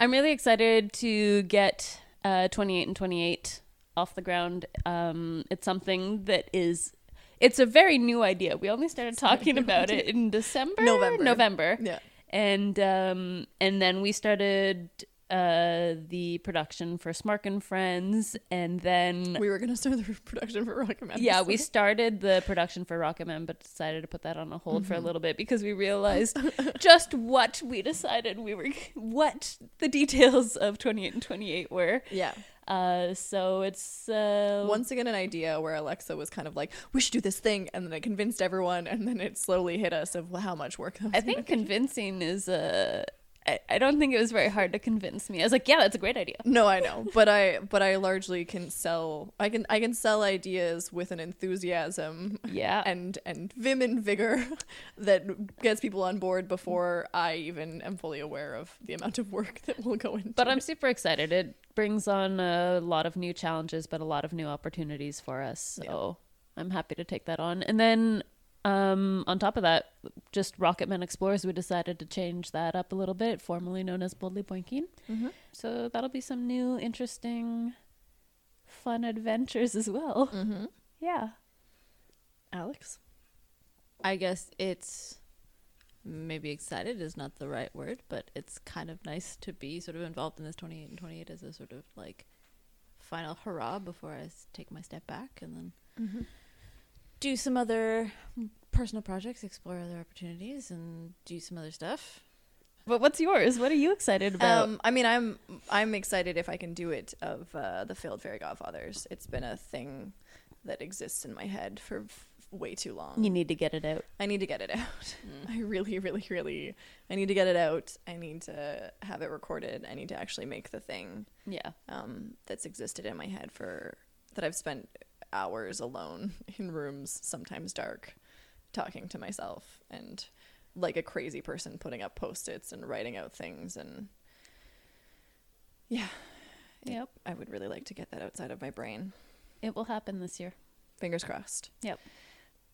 [SPEAKER 2] I'm really excited to get uh, 28 and 28 off the ground. Um, it's something that is, it's a very new idea. We only started talking about it in December,
[SPEAKER 1] November.
[SPEAKER 2] November,
[SPEAKER 1] Yeah.
[SPEAKER 2] and um, and then we started uh, the production for Smark and Friends, and then.
[SPEAKER 1] We were going to start the production for Rock and
[SPEAKER 2] yeah, we started the production for Rocketman, but decided to put that on a hold for a little bit because we realized just what we decided we were, what the details of 28 and 28 were.
[SPEAKER 1] Yeah.
[SPEAKER 2] Uh, so it's uh,
[SPEAKER 1] Once again, an idea where Alexa was kind of like, we should do this thing. And then it convinced everyone. And then it slowly hit us of how much work that was
[SPEAKER 2] I think convincing is uh, I, I don't think it was very hard to convince me. I was like, yeah, that's a great idea.
[SPEAKER 1] No, I know, but I but I largely can sell. I can I can sell ideas with an enthusiasm
[SPEAKER 2] Yeah,
[SPEAKER 1] and and vim and vigor that gets people on board before I even am fully aware of the amount of work that will go into.
[SPEAKER 2] but
[SPEAKER 1] it.
[SPEAKER 2] I'm super excited. It brings on a lot of new challenges, but a lot of new opportunities for us. So I'm happy to take that on. And then um, on top of that, just Rocketman Explorers, we decided to change that up a little bit, formerly known as Boldly Boinking.
[SPEAKER 1] Mhm.
[SPEAKER 2] So that'll be some new, interesting, fun adventures as well.
[SPEAKER 1] Mm-hmm.
[SPEAKER 2] Yeah.
[SPEAKER 1] Alex,
[SPEAKER 3] I guess it's maybe excited is not the right word, but it's kind of nice to be sort of involved in this 28 and 28 as a sort of like final
[SPEAKER 1] Mm-hmm.
[SPEAKER 3] hurrah before I s- take my step back and then do some other personal projects, explore other opportunities, and do some other stuff.
[SPEAKER 2] But what's yours? What are you excited about?
[SPEAKER 1] Um, I mean, I'm I'm excited if I can do it of uh, the failed fairy godfathers. It's been a thing that exists in my head for f- way too long.
[SPEAKER 2] you need Mm. to get it out.
[SPEAKER 1] I need to get it out. I really, really, really, I need to get it out. I need to have it recorded. I need to actually make the thing
[SPEAKER 2] Yeah.
[SPEAKER 1] um, that's existed in my head for that I've spent hours alone in rooms, sometimes dark, talking to myself and like a crazy person putting up post its and writing out things. And yeah, it-
[SPEAKER 2] Yep.
[SPEAKER 1] I would really like to get that outside of my brain.
[SPEAKER 2] It will happen this year.
[SPEAKER 1] Fingers crossed.
[SPEAKER 2] Yep.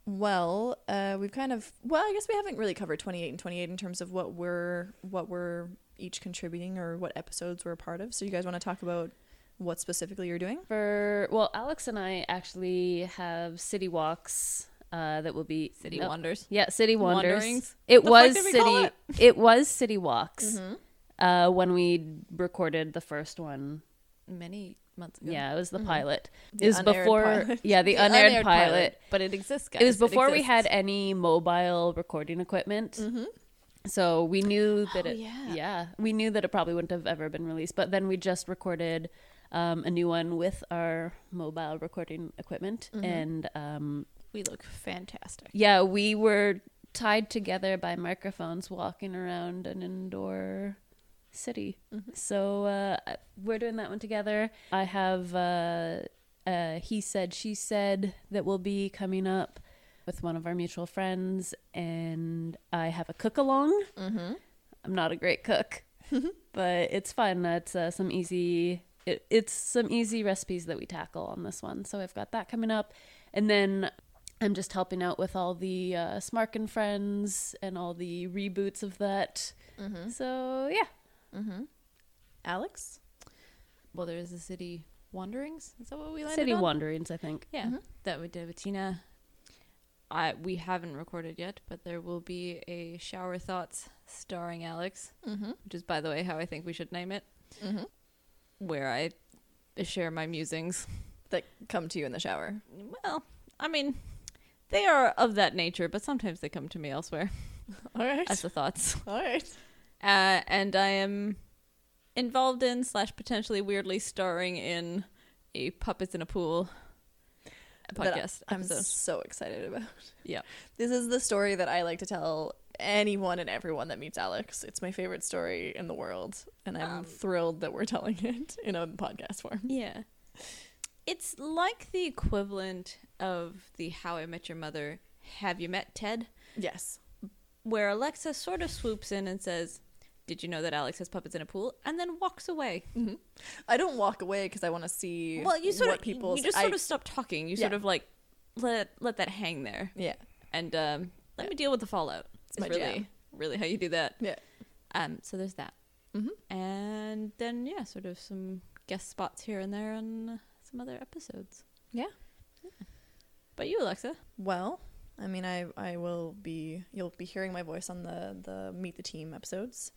[SPEAKER 1] Well, uh, we've kind of well, I guess we haven't really covered twenty eight and twenty eight in terms of what we're what we're each contributing or what episodes we're a part of. So you guys want to talk about what specifically you're doing?
[SPEAKER 2] For well, Alex and I actually have city walks uh, that will be
[SPEAKER 3] City
[SPEAKER 2] no,
[SPEAKER 3] wanders.
[SPEAKER 2] Yeah, city wanders.
[SPEAKER 3] Wanderings?
[SPEAKER 2] It
[SPEAKER 3] The fuck
[SPEAKER 2] was
[SPEAKER 3] did we call
[SPEAKER 2] city. It?
[SPEAKER 3] it?
[SPEAKER 2] was city walks uh, when we recorded the first one.
[SPEAKER 3] Many months ago.
[SPEAKER 2] Yeah, it was the pilot.
[SPEAKER 1] The
[SPEAKER 2] it was
[SPEAKER 1] unaired
[SPEAKER 2] before.
[SPEAKER 1] pilot.
[SPEAKER 2] Yeah, the,
[SPEAKER 3] The
[SPEAKER 2] unaired,
[SPEAKER 3] unaired
[SPEAKER 2] pilot.
[SPEAKER 3] But it exists, guys.
[SPEAKER 2] It was before we
[SPEAKER 3] exists. Mm-hmm.
[SPEAKER 2] had any mobile recording equipment. So we knew that
[SPEAKER 3] Oh,
[SPEAKER 2] it,
[SPEAKER 3] yeah.
[SPEAKER 2] we knew that it probably wouldn't have ever been released. But then we just recorded um, a new one with our mobile recording equipment,
[SPEAKER 3] Mm-hmm.
[SPEAKER 2] and um,
[SPEAKER 3] We look fantastic.
[SPEAKER 2] yeah, we were tied together by microphones walking around an indoor city. So uh, we're doing that one together. I have uh, uh, He Said, She Said that will be coming up with one of our mutual friends. And I have a cook along.
[SPEAKER 3] Mm-hmm.
[SPEAKER 2] I'm not a great cook, but it's fun. That's uh, some easy. It, it's some easy recipes that we tackle on this one. So I've got that coming up, and then I'm just helping out with all the uh, Smark and Friends and all the reboots of that.
[SPEAKER 1] Mm-hmm.
[SPEAKER 2] So yeah,
[SPEAKER 1] Alex?
[SPEAKER 3] Well, there is the city wanderings. Is that what we landed
[SPEAKER 2] City
[SPEAKER 3] on?
[SPEAKER 2] Wanderings, I think.
[SPEAKER 3] Yeah,
[SPEAKER 1] Mm-hmm.
[SPEAKER 3] that we did with Tina. I we haven't recorded yet, but there will be a shower thoughts starring Alex, mm-hmm. which is by the way how I think we should name it. Mm-hmm. Where I share my musings.
[SPEAKER 1] That come to you in the shower.
[SPEAKER 3] Well, I mean, they are of that nature, but sometimes they come to me elsewhere
[SPEAKER 1] All right.
[SPEAKER 3] as the thoughts.
[SPEAKER 1] All right.
[SPEAKER 3] Uh, and I am involved in slash potentially weirdly starring in a puppets in a pool
[SPEAKER 1] That
[SPEAKER 3] podcast.
[SPEAKER 1] I'm
[SPEAKER 3] episode.
[SPEAKER 1] so excited about.
[SPEAKER 3] Yeah.
[SPEAKER 1] This is the story that I like to tell anyone and everyone that meets Alex. It's my favorite story in the world, and I'm
[SPEAKER 3] Um,
[SPEAKER 1] thrilled that we're telling it in a podcast form.
[SPEAKER 3] Yeah. It's like the equivalent of the How I Met Your Mother Have You Met Ted,
[SPEAKER 1] Yes.
[SPEAKER 3] where Alexa sort of swoops in and says, Did you know that Alex has puppets in a pool? and then walks away.
[SPEAKER 1] I don't walk away because I want to see
[SPEAKER 3] Well, you sort
[SPEAKER 1] what
[SPEAKER 3] of
[SPEAKER 1] people's
[SPEAKER 3] you just
[SPEAKER 1] I-
[SPEAKER 3] sort of stop talking. You sort
[SPEAKER 1] Yeah.
[SPEAKER 3] of like let let that hang there
[SPEAKER 1] yeah.
[SPEAKER 3] and um, let me deal with the fallout. It's
[SPEAKER 1] my
[SPEAKER 3] really
[SPEAKER 1] jam.
[SPEAKER 3] really how you do that.
[SPEAKER 1] Yeah.
[SPEAKER 3] Um so there's that. Mm-hmm. And then yeah, sort of some guest spots here and there on uh, some other episodes.
[SPEAKER 1] Yeah.
[SPEAKER 3] But you, Alexa,
[SPEAKER 1] Well, I mean, I I will be. You'll be hearing my voice on the the meet the team episodes.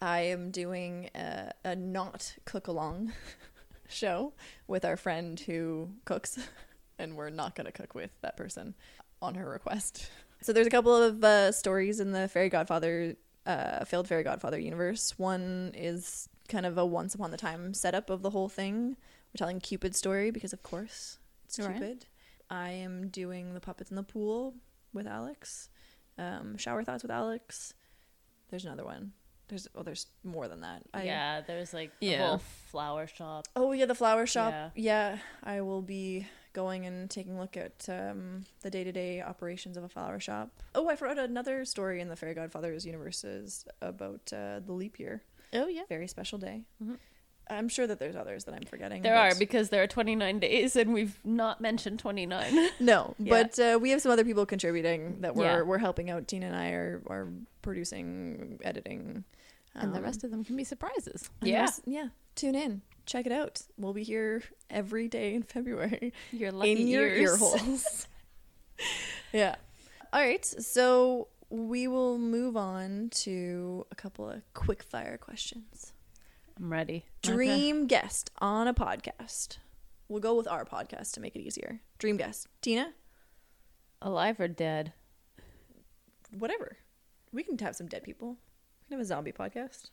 [SPEAKER 1] I am doing a, a not cook along show with our friend who cooks, and we're not going to cook with that person on her request. So there's a couple of uh, stories in the Fairy Godfather, uh, failed Fairy Godfather universe. One is kind of a once upon the time setup of the whole thing. We're telling Cupid's story because, of course, it's
[SPEAKER 2] All right.
[SPEAKER 1] Cupid. I am doing the puppets in the pool with Alex. Um, shower thoughts with Alex. There's another one. There's oh, there's more than that. I,
[SPEAKER 2] yeah, there's like
[SPEAKER 3] Yeah.
[SPEAKER 2] a whole flower shop.
[SPEAKER 1] Oh yeah, the flower shop. Yeah, I will be going and taking a look at um, the day to day operations of a flower shop. Oh, I forgot another story in the Fairy Godfathers universes about uh, the leap year.
[SPEAKER 3] Oh yeah.
[SPEAKER 1] Very special day.
[SPEAKER 2] Mhm.
[SPEAKER 1] I'm sure that there's others that I'm forgetting.
[SPEAKER 2] There
[SPEAKER 1] but-
[SPEAKER 2] are because there are 29 days and we've not mentioned 29.
[SPEAKER 1] No,
[SPEAKER 2] Yeah.
[SPEAKER 1] but uh, we have some other people contributing that we're
[SPEAKER 2] Yeah.
[SPEAKER 1] we're helping out. Tina and I are are producing, editing,
[SPEAKER 3] And the
[SPEAKER 1] um,
[SPEAKER 3] rest of them can be surprises.
[SPEAKER 1] and the
[SPEAKER 2] Yeah.
[SPEAKER 1] rest- yeah. Tune in, check it out. We'll be here every day in February.
[SPEAKER 2] Your lucky
[SPEAKER 1] in your
[SPEAKER 2] ears.
[SPEAKER 1] ear holes. yeah. All right. So we will move on to a couple of quick fire questions.
[SPEAKER 2] I'm ready.
[SPEAKER 1] Dream guest on a podcast. We'll go with our podcast to make it easier. Dream guest. Tina?
[SPEAKER 2] Alive or dead?
[SPEAKER 1] whatever. We can have some dead people. We can have a zombie podcast.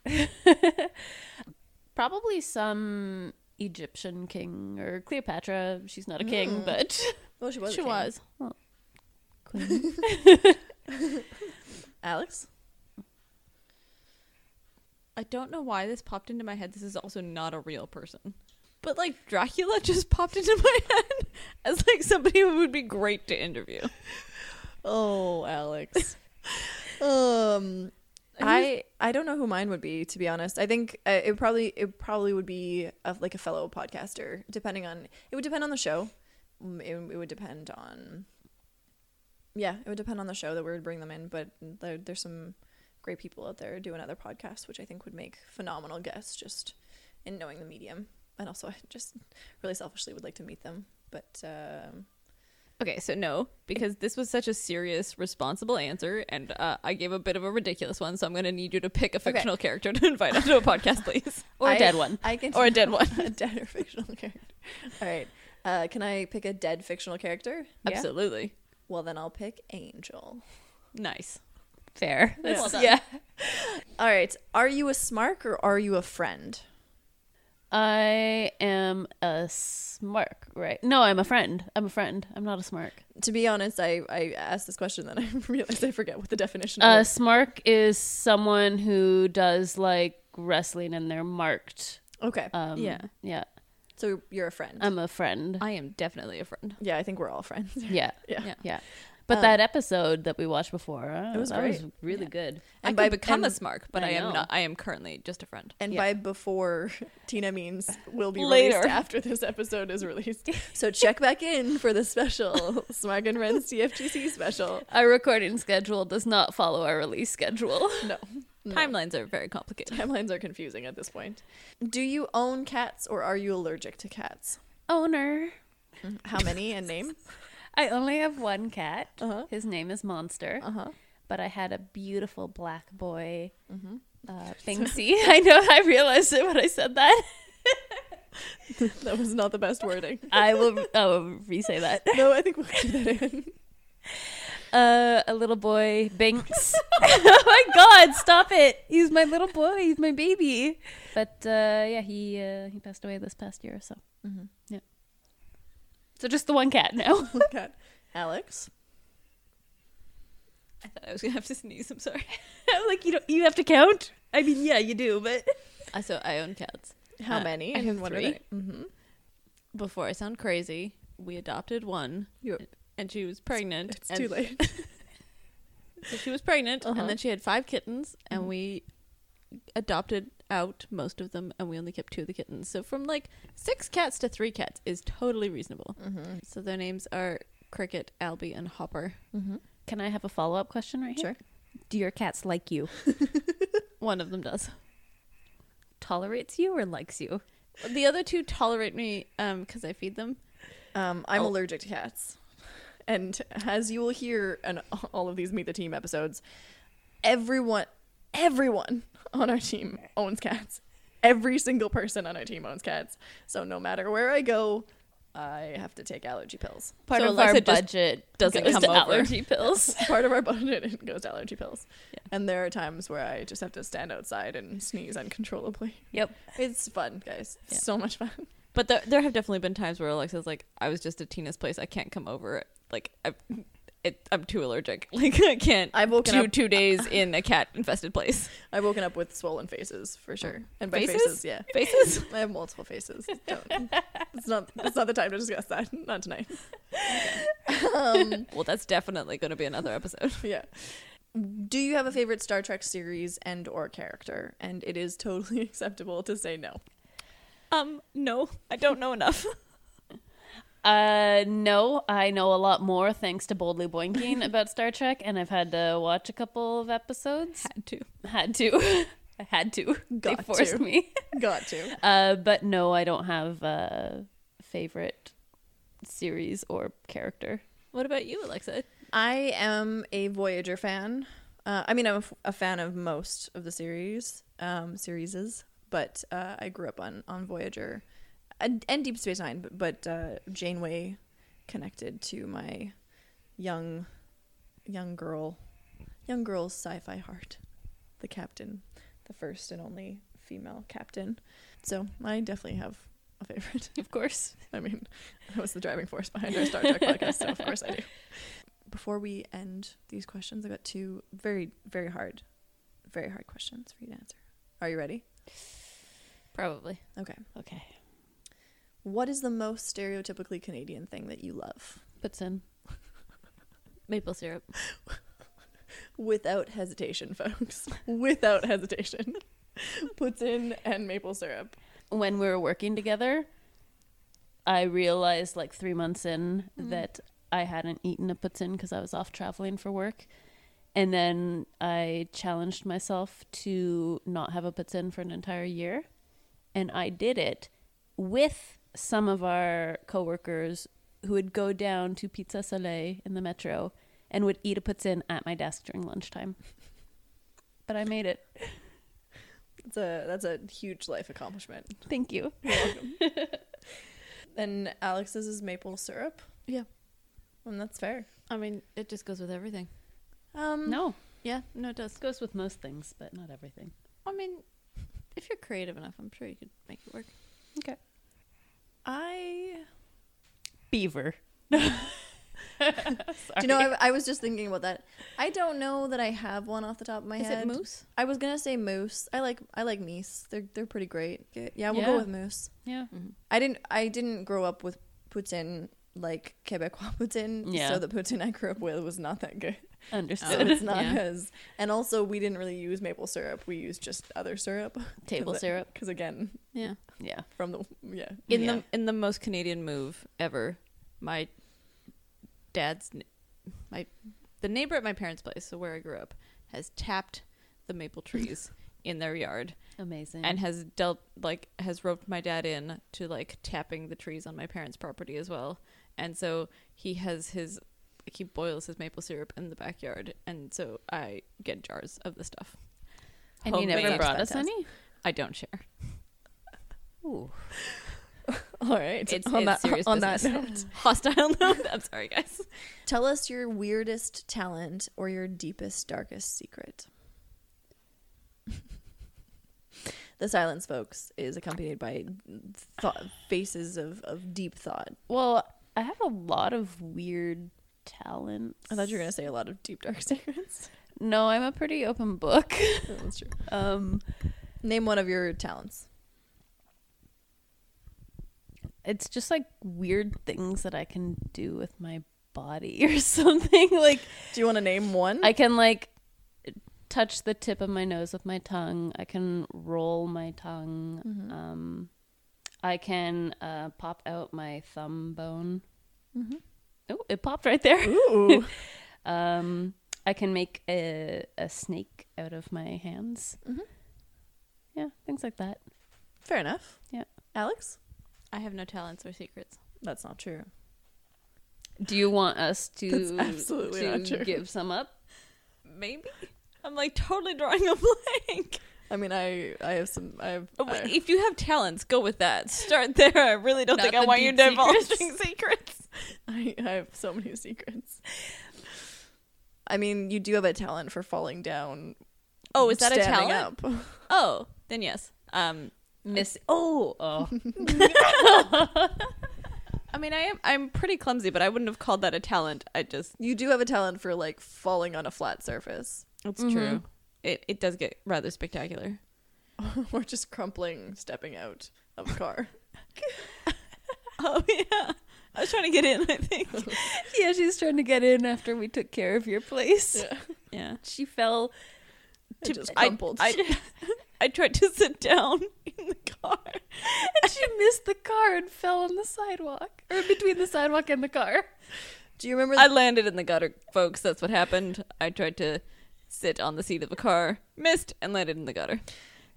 [SPEAKER 2] Probably some Egyptian king or Cleopatra. She's not a
[SPEAKER 1] Hmm.
[SPEAKER 2] king, but
[SPEAKER 1] Well, she was. a
[SPEAKER 3] she
[SPEAKER 1] king.
[SPEAKER 3] was.
[SPEAKER 2] queen.
[SPEAKER 1] Alex.
[SPEAKER 3] I don't know why this popped into my head. This is also not a real person. But like Dracula just popped into my head as like somebody who would be great to interview.
[SPEAKER 1] Oh, Alex. um, I I don't know who mine would be to be honest. I think uh, it probably it probably would be a, like a fellow podcaster, depending on it would depend on the show. Mm, It, it would depend on. Yeah, it would depend on the show that we would bring them in, but there, there's some great people out there doing other podcasts, which I think would make phenomenal guests just in knowing the medium. And also, I just really selfishly would like to meet them. But um,
[SPEAKER 3] Okay, so no, because this was such a serious, responsible answer, and uh, I gave a bit of a ridiculous one, so I'm going to need you to pick a fictional character to invite onto a podcast, please.
[SPEAKER 2] or a
[SPEAKER 1] I-
[SPEAKER 2] dead one.
[SPEAKER 1] I can
[SPEAKER 3] Or a dead one.
[SPEAKER 1] a dead or fictional character. All right. Uh, can I pick a dead fictional character?
[SPEAKER 2] Yeah.
[SPEAKER 3] Absolutely.
[SPEAKER 1] Well, then I'll pick Angel.
[SPEAKER 3] Nice.
[SPEAKER 2] Fair. That's-
[SPEAKER 3] That's- done.
[SPEAKER 2] yeah.
[SPEAKER 1] All right. Are you a smark or are you a friend?
[SPEAKER 2] I am a smark, right? No, I'm a friend. I'm a friend. I'm not a smark.
[SPEAKER 1] To be honest, I, I asked this question then I realized I forget what the definition
[SPEAKER 2] Uh,
[SPEAKER 1] is.
[SPEAKER 2] smark is someone who does like wrestling and they're marked.
[SPEAKER 1] Okay.
[SPEAKER 2] Um,
[SPEAKER 3] Yeah.
[SPEAKER 2] Yeah.
[SPEAKER 1] so you're a friend.
[SPEAKER 2] I'm a friend.
[SPEAKER 3] I am definitely a friend.
[SPEAKER 1] yeah, I think we're all friends.
[SPEAKER 2] yeah.
[SPEAKER 1] Yeah.
[SPEAKER 3] Yeah.
[SPEAKER 2] Yeah. But
[SPEAKER 1] Um,
[SPEAKER 2] that episode that we watched before, uh,
[SPEAKER 1] It was
[SPEAKER 2] that was
[SPEAKER 1] great.
[SPEAKER 2] really
[SPEAKER 3] Yeah.
[SPEAKER 2] good.
[SPEAKER 3] I
[SPEAKER 1] And
[SPEAKER 3] could
[SPEAKER 1] by-
[SPEAKER 3] become a
[SPEAKER 1] and-
[SPEAKER 3] smark, but
[SPEAKER 2] I
[SPEAKER 3] I, am
[SPEAKER 2] know.
[SPEAKER 3] not. I am currently just a friend.
[SPEAKER 1] And
[SPEAKER 2] Yeah.
[SPEAKER 1] by before, Tina means will be
[SPEAKER 3] Later.
[SPEAKER 1] released after this episode is released. So check back in for the special Smark and Friends TFGC special.
[SPEAKER 2] Our recording schedule does not follow our release schedule.
[SPEAKER 1] No. no.
[SPEAKER 3] Timelines are very complicated.
[SPEAKER 1] Timelines are confusing at this point. Do you own cats or are you allergic to cats?
[SPEAKER 2] Owner.
[SPEAKER 1] How many and name?
[SPEAKER 2] I only have one cat.
[SPEAKER 1] Uh-huh.
[SPEAKER 2] His name is Monster.
[SPEAKER 1] huh.
[SPEAKER 2] But I had a beautiful black boy,
[SPEAKER 1] Mm-hmm.
[SPEAKER 2] uh, Banksy. I know. I realized it when I said that.
[SPEAKER 1] That was not the best wording.
[SPEAKER 2] I will. I will re-say that.
[SPEAKER 1] No, I think we'll keep that in.
[SPEAKER 2] Uh, a little boy, Binks. oh my God! Stop it. He's my little boy. He's my baby. But uh, yeah, he uh, he passed away this past year. So
[SPEAKER 1] Mm-hmm.
[SPEAKER 2] yeah. So just the one cat now.
[SPEAKER 1] Cat. Alex.
[SPEAKER 3] I thought I was going to have to sneeze. I'm sorry.
[SPEAKER 2] like you don't. You have to count. I mean, yeah, you do, but
[SPEAKER 3] I, Uh, so I own cats.
[SPEAKER 1] How
[SPEAKER 3] Uh,
[SPEAKER 1] many?
[SPEAKER 3] I have
[SPEAKER 1] what
[SPEAKER 3] three.
[SPEAKER 1] Mm-hmm.
[SPEAKER 3] Before I sound crazy, we adopted one,
[SPEAKER 1] You-
[SPEAKER 3] and she was pregnant.
[SPEAKER 1] It's
[SPEAKER 3] and
[SPEAKER 1] too late.
[SPEAKER 3] So she was pregnant,
[SPEAKER 1] Uh-huh.
[SPEAKER 3] and then she had five kittens, and
[SPEAKER 1] Mhm.
[SPEAKER 3] we adopted out most of them, and we only kept two of the kittens. So from like six cats to three cats is totally reasonable.
[SPEAKER 1] Mm-hmm.
[SPEAKER 3] So their names are Cricket, Albie, and Hopper.
[SPEAKER 1] Mm-hmm.
[SPEAKER 2] can I have a follow up question right here?
[SPEAKER 1] Sure.
[SPEAKER 2] Do your cats like you?
[SPEAKER 3] One of them does.
[SPEAKER 2] Tolerates you or likes you?
[SPEAKER 3] The other two tolerate me because I feed them.
[SPEAKER 1] Um, I'm
[SPEAKER 3] Oh.
[SPEAKER 1] allergic to cats. And as you will hear in all of these Meet the Team episodes, everyone, everyone on our team owns cats. Every single person on our team owns cats. So no matter where I go, I have to take allergy pills.
[SPEAKER 2] Part
[SPEAKER 3] So
[SPEAKER 2] of
[SPEAKER 3] Alexa
[SPEAKER 2] our
[SPEAKER 3] just
[SPEAKER 2] budget
[SPEAKER 3] doesn't
[SPEAKER 2] goes
[SPEAKER 3] come
[SPEAKER 2] to
[SPEAKER 3] over.
[SPEAKER 2] allergy pills.
[SPEAKER 1] Part of our budget goes to allergy pills.
[SPEAKER 3] Yeah.
[SPEAKER 1] And there are times where I just have to stand outside and sneeze uncontrollably.
[SPEAKER 2] yep.
[SPEAKER 1] It's fun, guys. It's
[SPEAKER 3] Yeah.
[SPEAKER 1] So much fun.
[SPEAKER 3] But there, there have definitely been times where Alexa's like, I was just at Tina's place. I can't come over. Like, I, it, I'm too allergic. Like, I can't.
[SPEAKER 1] I've woken
[SPEAKER 3] Two,
[SPEAKER 1] up.
[SPEAKER 3] two days in a cat infested place.
[SPEAKER 1] I've woken up with swollen faces for sure. And by
[SPEAKER 3] Faces?
[SPEAKER 1] faces, yeah.
[SPEAKER 3] Faces?
[SPEAKER 1] I have multiple faces. Don't. It's not. It's not the time to discuss that. Not tonight. um,
[SPEAKER 3] well, that's definitely going to be another episode.
[SPEAKER 1] yeah. Do you have a favorite Star Trek series and or character? And it is totally acceptable to say no.
[SPEAKER 3] Um, no, I don't know enough.
[SPEAKER 2] Uh, no, I know a lot more thanks to Boldly Boinking about Star Trek, and I've had to watch a couple of episodes.
[SPEAKER 3] Had to.
[SPEAKER 2] Had to. I had to. they
[SPEAKER 1] Got
[SPEAKER 2] forced
[SPEAKER 1] to.
[SPEAKER 2] me.
[SPEAKER 1] Got to.
[SPEAKER 2] Uh, but no, I don't have a favorite series or character.
[SPEAKER 3] What about you, Alexa?
[SPEAKER 1] I am a Voyager fan. Uh, I mean, I'm a, f- a fan of most of the series, um, serieses, but uh, I grew up on on Voyager and, and Deep Space Nine. But, but uh, Janeway connected to my young young girl young girl's sci-fi heart. The captain, the first and only female captain. So I definitely have a favorite.
[SPEAKER 2] Of course.
[SPEAKER 1] I mean, that was the driving force behind our Star Trek podcast, so of course I do. Before we end these questions, I got two very, very hard, very hard questions for you to answer. Are you ready?
[SPEAKER 3] Probably.
[SPEAKER 1] Okay.
[SPEAKER 2] Okay.
[SPEAKER 1] What is the most stereotypically Canadian thing that you love?
[SPEAKER 2] Puts in.
[SPEAKER 3] Maple syrup.
[SPEAKER 1] Without hesitation, folks. Without hesitation. Puts in and maple syrup.
[SPEAKER 2] When we were working together, I realized like three months in that I hadn't eaten a puts in because I was off traveling for work. And then I challenged myself to not have a puts in for an entire year. And I did it with some of our coworkers who would go down to Pizza Soleil in the metro and would eat a puts in at my desk during lunchtime. But I made it.
[SPEAKER 1] That's a that's a huge life accomplishment.
[SPEAKER 2] Thank you.
[SPEAKER 1] And Alex's is maple syrup.
[SPEAKER 3] Yeah.
[SPEAKER 1] And that's fair.
[SPEAKER 3] I mean, it just goes with everything.
[SPEAKER 1] Um
[SPEAKER 2] No,
[SPEAKER 3] Yeah, no, it does.
[SPEAKER 2] this goes with most things, but not everything.
[SPEAKER 3] I mean, if you're creative enough, I'm sure you could make it work.
[SPEAKER 1] I
[SPEAKER 2] Beaver.
[SPEAKER 1] Do you know, I, I was just thinking about that. I don't know that I have one off the top of my
[SPEAKER 3] Is
[SPEAKER 1] head.
[SPEAKER 3] it moose?
[SPEAKER 1] I was gonna say moose. I like I like meese. They're they're pretty great. Yeah, we'll
[SPEAKER 2] Yeah.
[SPEAKER 1] go with moose.
[SPEAKER 2] Yeah.
[SPEAKER 3] Mm-hmm.
[SPEAKER 1] I didn't I didn't grow up with poutine like Quebecois poutine.
[SPEAKER 2] Yeah.
[SPEAKER 1] So the poutine I grew up with was not that good.
[SPEAKER 3] Oh,
[SPEAKER 1] So
[SPEAKER 2] Understood.
[SPEAKER 1] it's not
[SPEAKER 2] Yeah.
[SPEAKER 1] as and also we didn't really use maple syrup. We used just other syrup.
[SPEAKER 2] Table syrup.
[SPEAKER 1] Because again,
[SPEAKER 3] Yeah.
[SPEAKER 2] Yeah.
[SPEAKER 1] from the yeah.
[SPEAKER 3] In
[SPEAKER 2] Yeah.
[SPEAKER 3] the in the most Canadian move ever, my dad's n- my the neighbor at my parents' place, so where I grew up, has tapped the maple trees in their yard
[SPEAKER 2] Amazing.
[SPEAKER 3] and has dealt like has roped my dad in to like tapping the trees on my parents' property as well. And so he has his like, he boils his maple syrup in the backyard, and so I get jars of the stuff.
[SPEAKER 2] and you never
[SPEAKER 3] Homemade.
[SPEAKER 2] brought us
[SPEAKER 1] Fantastic.
[SPEAKER 2] any?
[SPEAKER 3] I don't share.
[SPEAKER 2] Ooh.
[SPEAKER 1] All right.
[SPEAKER 3] It's,
[SPEAKER 1] on
[SPEAKER 3] it's
[SPEAKER 1] that
[SPEAKER 3] serious
[SPEAKER 1] on that
[SPEAKER 3] business.
[SPEAKER 1] note.
[SPEAKER 3] hostile note. I'm sorry, guys.
[SPEAKER 1] Tell us your weirdest talent or your deepest, darkest secret. the silence, folks, is accompanied by thought, faces of, of deep thought.
[SPEAKER 2] Well, I have a lot of weird talents.
[SPEAKER 1] I thought you were going to say a lot of deep, dark secrets.
[SPEAKER 2] No, I'm a pretty open book.
[SPEAKER 1] That's true.
[SPEAKER 2] Um,
[SPEAKER 1] Name one of your talents.
[SPEAKER 2] it's just like weird things that I can do with my body or something. Like
[SPEAKER 1] Do you want to name one?
[SPEAKER 2] I can like touch the tip of my nose with my tongue. I can roll my tongue.
[SPEAKER 1] Mm-hmm.
[SPEAKER 2] Um, I can uh, pop out my thumb bone.
[SPEAKER 1] Mm-hmm.
[SPEAKER 2] Oh, it popped right there.
[SPEAKER 1] Ooh.
[SPEAKER 2] Um, I can make a, a snake out of my hands.
[SPEAKER 1] Mhm.
[SPEAKER 2] Yeah, things like that.
[SPEAKER 1] Fair enough.
[SPEAKER 2] Yeah.
[SPEAKER 1] Alex?
[SPEAKER 3] I have no talents or secrets.
[SPEAKER 1] That's not true.
[SPEAKER 2] Do you want us to
[SPEAKER 1] That's absolutely
[SPEAKER 2] to
[SPEAKER 1] not true.
[SPEAKER 2] give some up?
[SPEAKER 3] Maybe I'm like totally drawing a blank.
[SPEAKER 1] I mean, I I have some. I have.
[SPEAKER 3] Oh, wait,
[SPEAKER 1] I-
[SPEAKER 3] if you have talents, go with that. Start there. I really don't
[SPEAKER 2] Not
[SPEAKER 3] think I
[SPEAKER 2] the
[SPEAKER 3] want you
[SPEAKER 2] deep secrets.
[SPEAKER 3] divulging secrets.
[SPEAKER 1] I, I have so many secrets. I mean, you do have a talent for falling down.
[SPEAKER 3] Oh, is that a
[SPEAKER 1] standing
[SPEAKER 3] talent?
[SPEAKER 1] Up.
[SPEAKER 3] Oh, then yes. Um,
[SPEAKER 2] Miss Oh, oh.
[SPEAKER 3] I mean, I am. I'm pretty clumsy, but I wouldn't have called that a talent. I just.
[SPEAKER 1] You do have a talent for like falling on a flat surface
[SPEAKER 3] It's true. mm-hmm. It it does get rather spectacular.
[SPEAKER 1] or just crumpling, stepping out of a car.
[SPEAKER 3] Oh yeah. I was trying to get in. I think.
[SPEAKER 2] yeah, she's trying to get in after we took care of your place.
[SPEAKER 3] Yeah.
[SPEAKER 2] She fell.
[SPEAKER 1] I
[SPEAKER 3] To-
[SPEAKER 1] just
[SPEAKER 3] I-
[SPEAKER 1] crumpled.
[SPEAKER 3] I, I tried to sit down in the car.
[SPEAKER 2] and she missed the car and fell on the sidewalk, or between the sidewalk and the car.
[SPEAKER 1] do you remember?
[SPEAKER 3] I landed in the gutter, folks. That's what happened. I tried to sit on the seat of a car, missed, and landed in the gutter.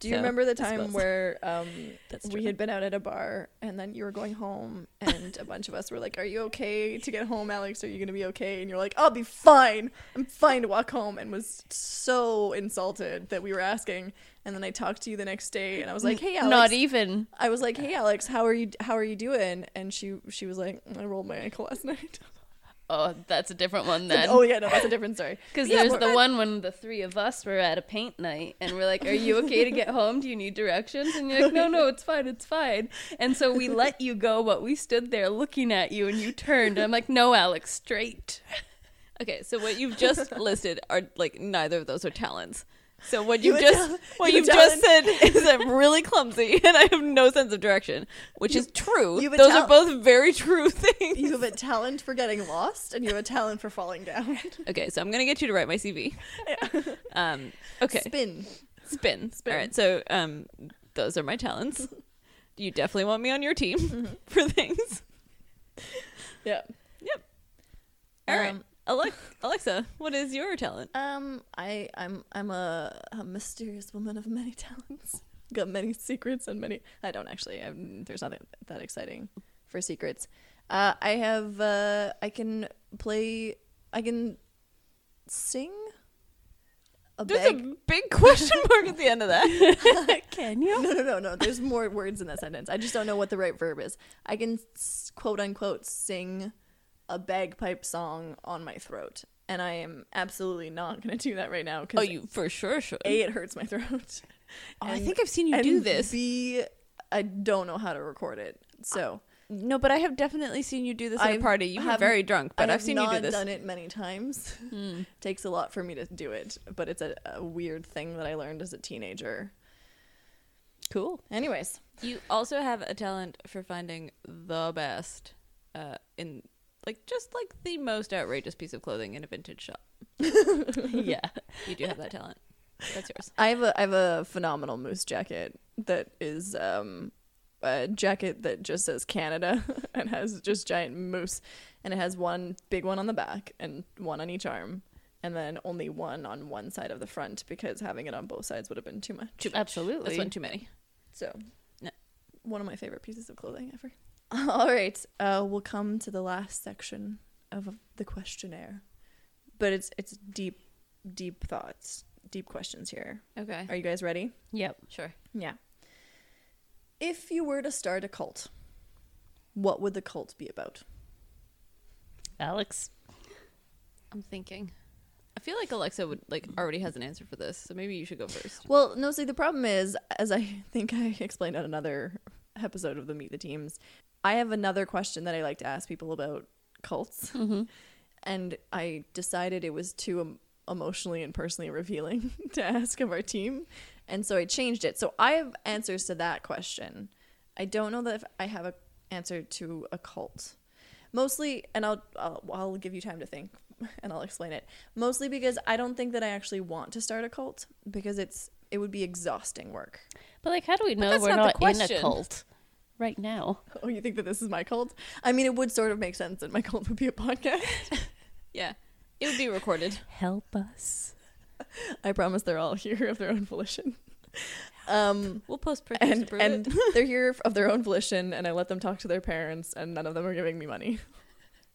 [SPEAKER 1] do you
[SPEAKER 3] so,
[SPEAKER 1] remember the
[SPEAKER 3] I
[SPEAKER 1] time
[SPEAKER 3] suppose.
[SPEAKER 1] where um,
[SPEAKER 3] That's
[SPEAKER 1] we had been out at a bar and then you were going home and a bunch of us were like, "Are you okay to get home, Alex? Are you gonna be okay?" And you're like, "I'll be fine. I'm fine to walk home." And was so insulted that we were asking. And then I talked to you the next day and I was like, "Hey, Alex,
[SPEAKER 2] Not even.
[SPEAKER 1] I was like, "Hey Alex, how are you? How are you doing?" And she she was like, "I rolled my ankle last night."
[SPEAKER 2] oh, that's a different one then.
[SPEAKER 1] oh yeah, no, that's a different story.
[SPEAKER 2] Because
[SPEAKER 1] Yeah,
[SPEAKER 2] there's
[SPEAKER 1] but-
[SPEAKER 2] the one when the three of us were at a paint night and we're like, Are you okay to get home? Do you need directions? And you're like, No, no, it's fine, it's fine. And so we let you go, but we stood there looking at you and you turned. I'm like, No, Alex, straight.
[SPEAKER 3] Okay, so what you've just listed are like neither of those are talents. So what
[SPEAKER 1] You
[SPEAKER 3] you,
[SPEAKER 1] a
[SPEAKER 3] have just
[SPEAKER 1] tal-
[SPEAKER 3] what
[SPEAKER 1] you a
[SPEAKER 3] you've just said is I'm really clumsy and I have no sense of direction, which is true.
[SPEAKER 1] you have a
[SPEAKER 3] Those
[SPEAKER 1] tal-
[SPEAKER 3] are both very true things.
[SPEAKER 1] You have a talent for getting lost, and you have a talent for falling down.
[SPEAKER 3] okay, so I'm gonna get you to write my CV. Um, okay,
[SPEAKER 1] Spin.
[SPEAKER 3] spin. All right, so um, those are my talents. You definitely want me on your team for things.
[SPEAKER 1] Yeah.
[SPEAKER 3] All right,
[SPEAKER 1] Um,
[SPEAKER 3] Alex- Alexa, what is your talent?
[SPEAKER 1] Um, I, I'm, I'm a, a mysterious woman of many talents. Got many secrets and many. I don't actually. i there's nothing that exciting for secrets. Uh, I have. Uh, I can play. I can sing. A
[SPEAKER 3] There's
[SPEAKER 1] bag.
[SPEAKER 3] a big question mark at the end of that.
[SPEAKER 2] Can you?
[SPEAKER 1] No, no, no, no. There's more words in that sentence. I just don't know what the right verb is. I can s- quote unquote sing a bagpipe song on my throat, and I am absolutely not going to do that right now
[SPEAKER 3] Oh,
[SPEAKER 1] because
[SPEAKER 3] you for sure should.
[SPEAKER 1] a it hurts my throat.
[SPEAKER 3] Oh, I
[SPEAKER 1] And-
[SPEAKER 3] think I've seen you
[SPEAKER 1] and
[SPEAKER 3] do this.
[SPEAKER 1] B, I don't know how to record it. So
[SPEAKER 3] no, but I have definitely seen you do this at
[SPEAKER 1] I've-
[SPEAKER 3] a party. You were
[SPEAKER 1] have-
[SPEAKER 3] very drunk, but
[SPEAKER 1] I
[SPEAKER 3] I've
[SPEAKER 1] have
[SPEAKER 3] seen you
[SPEAKER 1] not
[SPEAKER 3] do this. Hmm.
[SPEAKER 1] done it many times. Takes a lot for me to do it, but it's a, a weird thing that I learned as a teenager.
[SPEAKER 2] Cool.
[SPEAKER 1] Anyways,
[SPEAKER 3] You also have a talent for finding the best uh, in like just like the most outrageous piece of clothing in a vintage shop.
[SPEAKER 2] Yeah.
[SPEAKER 3] You do have that talent. That's yours.
[SPEAKER 1] I have a I have a phenomenal moose jacket that is um a jacket that just says Canada and has just giant moose and it has one big one on the back and one on each arm and then only one on one side of the front because having it on both sides would have been too much.
[SPEAKER 2] Absolutely.
[SPEAKER 3] That's one too many.
[SPEAKER 1] So,
[SPEAKER 3] No.
[SPEAKER 1] one of my favorite pieces of clothing ever. All right, uh, we'll come to the last section of the questionnaire, but it's it's deep, deep thoughts, deep questions here.
[SPEAKER 3] Okay.
[SPEAKER 1] Are you guys ready?
[SPEAKER 2] Yep.
[SPEAKER 3] Sure.
[SPEAKER 1] Yeah. If you were to start a cult, what would the cult be about?
[SPEAKER 2] Alex.
[SPEAKER 3] I'm thinking. I feel like Alexa would like already has an answer for this, so maybe you should go first.
[SPEAKER 1] Well, no, see, the problem is, as I think I explained on another episode of the Meet the Teams, I have another question that I like to ask people about cults. And I decided it was too em- emotionally and personally revealing to ask of our team. And so I changed it. So I have answers to that question. I don't know that if I have a answer to a cult. Mostly, and I'll, I'll I'll give you time to think, and I'll explain it. Mostly because I don't think that I actually want to start a cult because it's it would be exhausting work.
[SPEAKER 2] But like how do we know
[SPEAKER 3] that's
[SPEAKER 2] we're
[SPEAKER 3] not
[SPEAKER 2] not, in
[SPEAKER 3] the
[SPEAKER 2] a
[SPEAKER 3] question.
[SPEAKER 2] cult right now?
[SPEAKER 1] Oh, you think that this is my cult? I mean, it would sort of make sense that my cult would be a podcast.
[SPEAKER 3] Yeah. It would be recorded.
[SPEAKER 2] Help us.
[SPEAKER 1] I promise they're all here of their own volition. Um,
[SPEAKER 3] We'll post pictures to
[SPEAKER 1] and
[SPEAKER 3] prove
[SPEAKER 1] and
[SPEAKER 3] it.
[SPEAKER 1] they're here of their own volition, and I let them talk to their parents, and none of them are giving me money.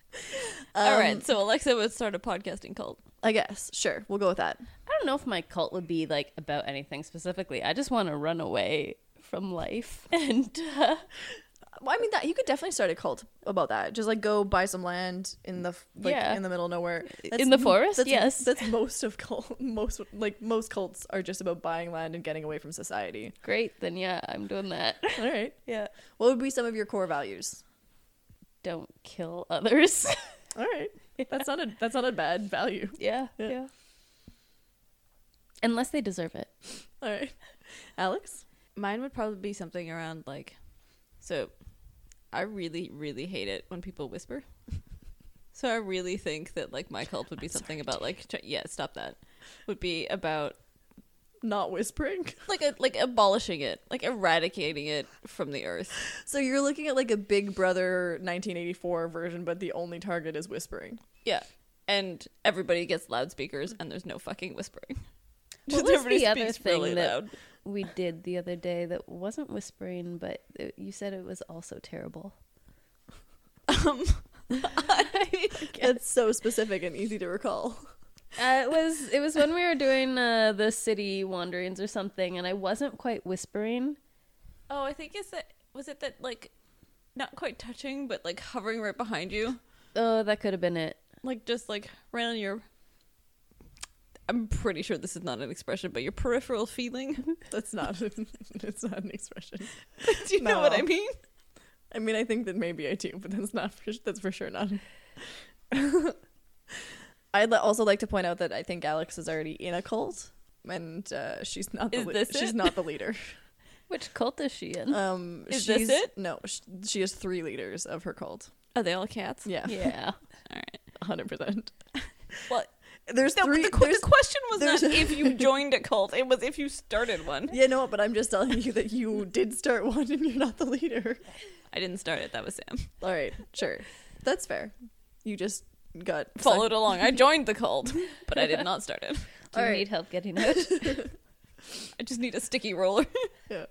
[SPEAKER 3] All right,
[SPEAKER 1] Um,
[SPEAKER 3] so Alexa would start a podcasting cult.
[SPEAKER 1] I guess sure, we'll go with that.
[SPEAKER 2] I don't know if my cult would be like about anything specifically. I just want to run away from life and uh,
[SPEAKER 1] Well, I mean that you could definitely start a cult about that. Just like go buy some land in the f- like
[SPEAKER 2] Yeah.
[SPEAKER 1] in the middle of nowhere
[SPEAKER 2] in the forest.
[SPEAKER 1] That's,
[SPEAKER 2] yes.
[SPEAKER 1] that's most of cult. Most like most cults are just about buying land and getting away from society.
[SPEAKER 2] Great, then yeah, I'm doing that.
[SPEAKER 1] All right.
[SPEAKER 2] Yeah.
[SPEAKER 1] What would be some of your core values?
[SPEAKER 2] Don't kill others.
[SPEAKER 1] All right. That's not a that's not a bad value.
[SPEAKER 2] yeah,
[SPEAKER 1] Yeah.
[SPEAKER 2] yeah. Unless they deserve it.
[SPEAKER 1] All right. Alex?
[SPEAKER 3] Mine would probably be something around like, so I really, really hate it when people whisper. so I really think that like my cult would be something about like, tr- yeah, stop that. Would be about
[SPEAKER 1] Not whispering.
[SPEAKER 3] like a, like abolishing it, like eradicating it from the earth.
[SPEAKER 1] So you're looking at like a Big Brother 1984 version, but the only target is whispering.
[SPEAKER 3] Yeah, and everybody gets loudspeakers, and there's no fucking whispering.
[SPEAKER 2] What
[SPEAKER 3] Just
[SPEAKER 2] was
[SPEAKER 3] everybody
[SPEAKER 2] the other
[SPEAKER 3] speaks
[SPEAKER 2] thing
[SPEAKER 3] really
[SPEAKER 2] that-
[SPEAKER 3] loud.
[SPEAKER 2] We did the other day that wasn't whispering, but it, you said it was also terrible.
[SPEAKER 3] Um,
[SPEAKER 1] It's so specific and easy to recall.
[SPEAKER 2] Uh, it was it was when we were doing uh, the city wanderings or something, and I wasn't quite whispering.
[SPEAKER 3] Oh, I think it's that. Was it that like, not quite touching, but like hovering right behind you?
[SPEAKER 2] Oh, that could have been it.
[SPEAKER 3] Like just like right on your. I'm pretty sure this is not an expression, but your peripheral feeling.
[SPEAKER 1] That's not. it's not an expression.
[SPEAKER 3] Do you know what I
[SPEAKER 1] No.
[SPEAKER 3] mean?
[SPEAKER 1] I mean, I think that maybe I do, but that's not. For, that's for sure not. I'd li- also like to point out that I think Alex is already in a cult, and uh, she's not. The
[SPEAKER 3] Is
[SPEAKER 1] lea-
[SPEAKER 3] this
[SPEAKER 1] she's
[SPEAKER 3] it?
[SPEAKER 1] not the leader.
[SPEAKER 2] Which cult is she in?
[SPEAKER 1] Um,
[SPEAKER 3] Is this
[SPEAKER 1] she's,
[SPEAKER 3] it?
[SPEAKER 1] No, sh- she has three leaders of her cult.
[SPEAKER 3] Are they all cats?
[SPEAKER 1] Yeah,
[SPEAKER 2] yeah.
[SPEAKER 1] hundred percent.
[SPEAKER 3] Well,
[SPEAKER 1] There's
[SPEAKER 3] no,
[SPEAKER 1] three.
[SPEAKER 3] but the, qu-
[SPEAKER 1] there's-
[SPEAKER 3] the question was
[SPEAKER 1] there's-
[SPEAKER 3] not if you joined a cult; it was if you started one.
[SPEAKER 1] yeah, no, but I'm just telling you that you did start one, and you're not the leader.
[SPEAKER 3] I didn't start it; that was Sam.
[SPEAKER 1] All right, sure, that's fair. You just got sucked-
[SPEAKER 3] Followed along. I joined the cult, but I did not start it.
[SPEAKER 2] Do you
[SPEAKER 1] All right.
[SPEAKER 2] need help getting out?
[SPEAKER 3] I just need a sticky roller.
[SPEAKER 1] Yeah.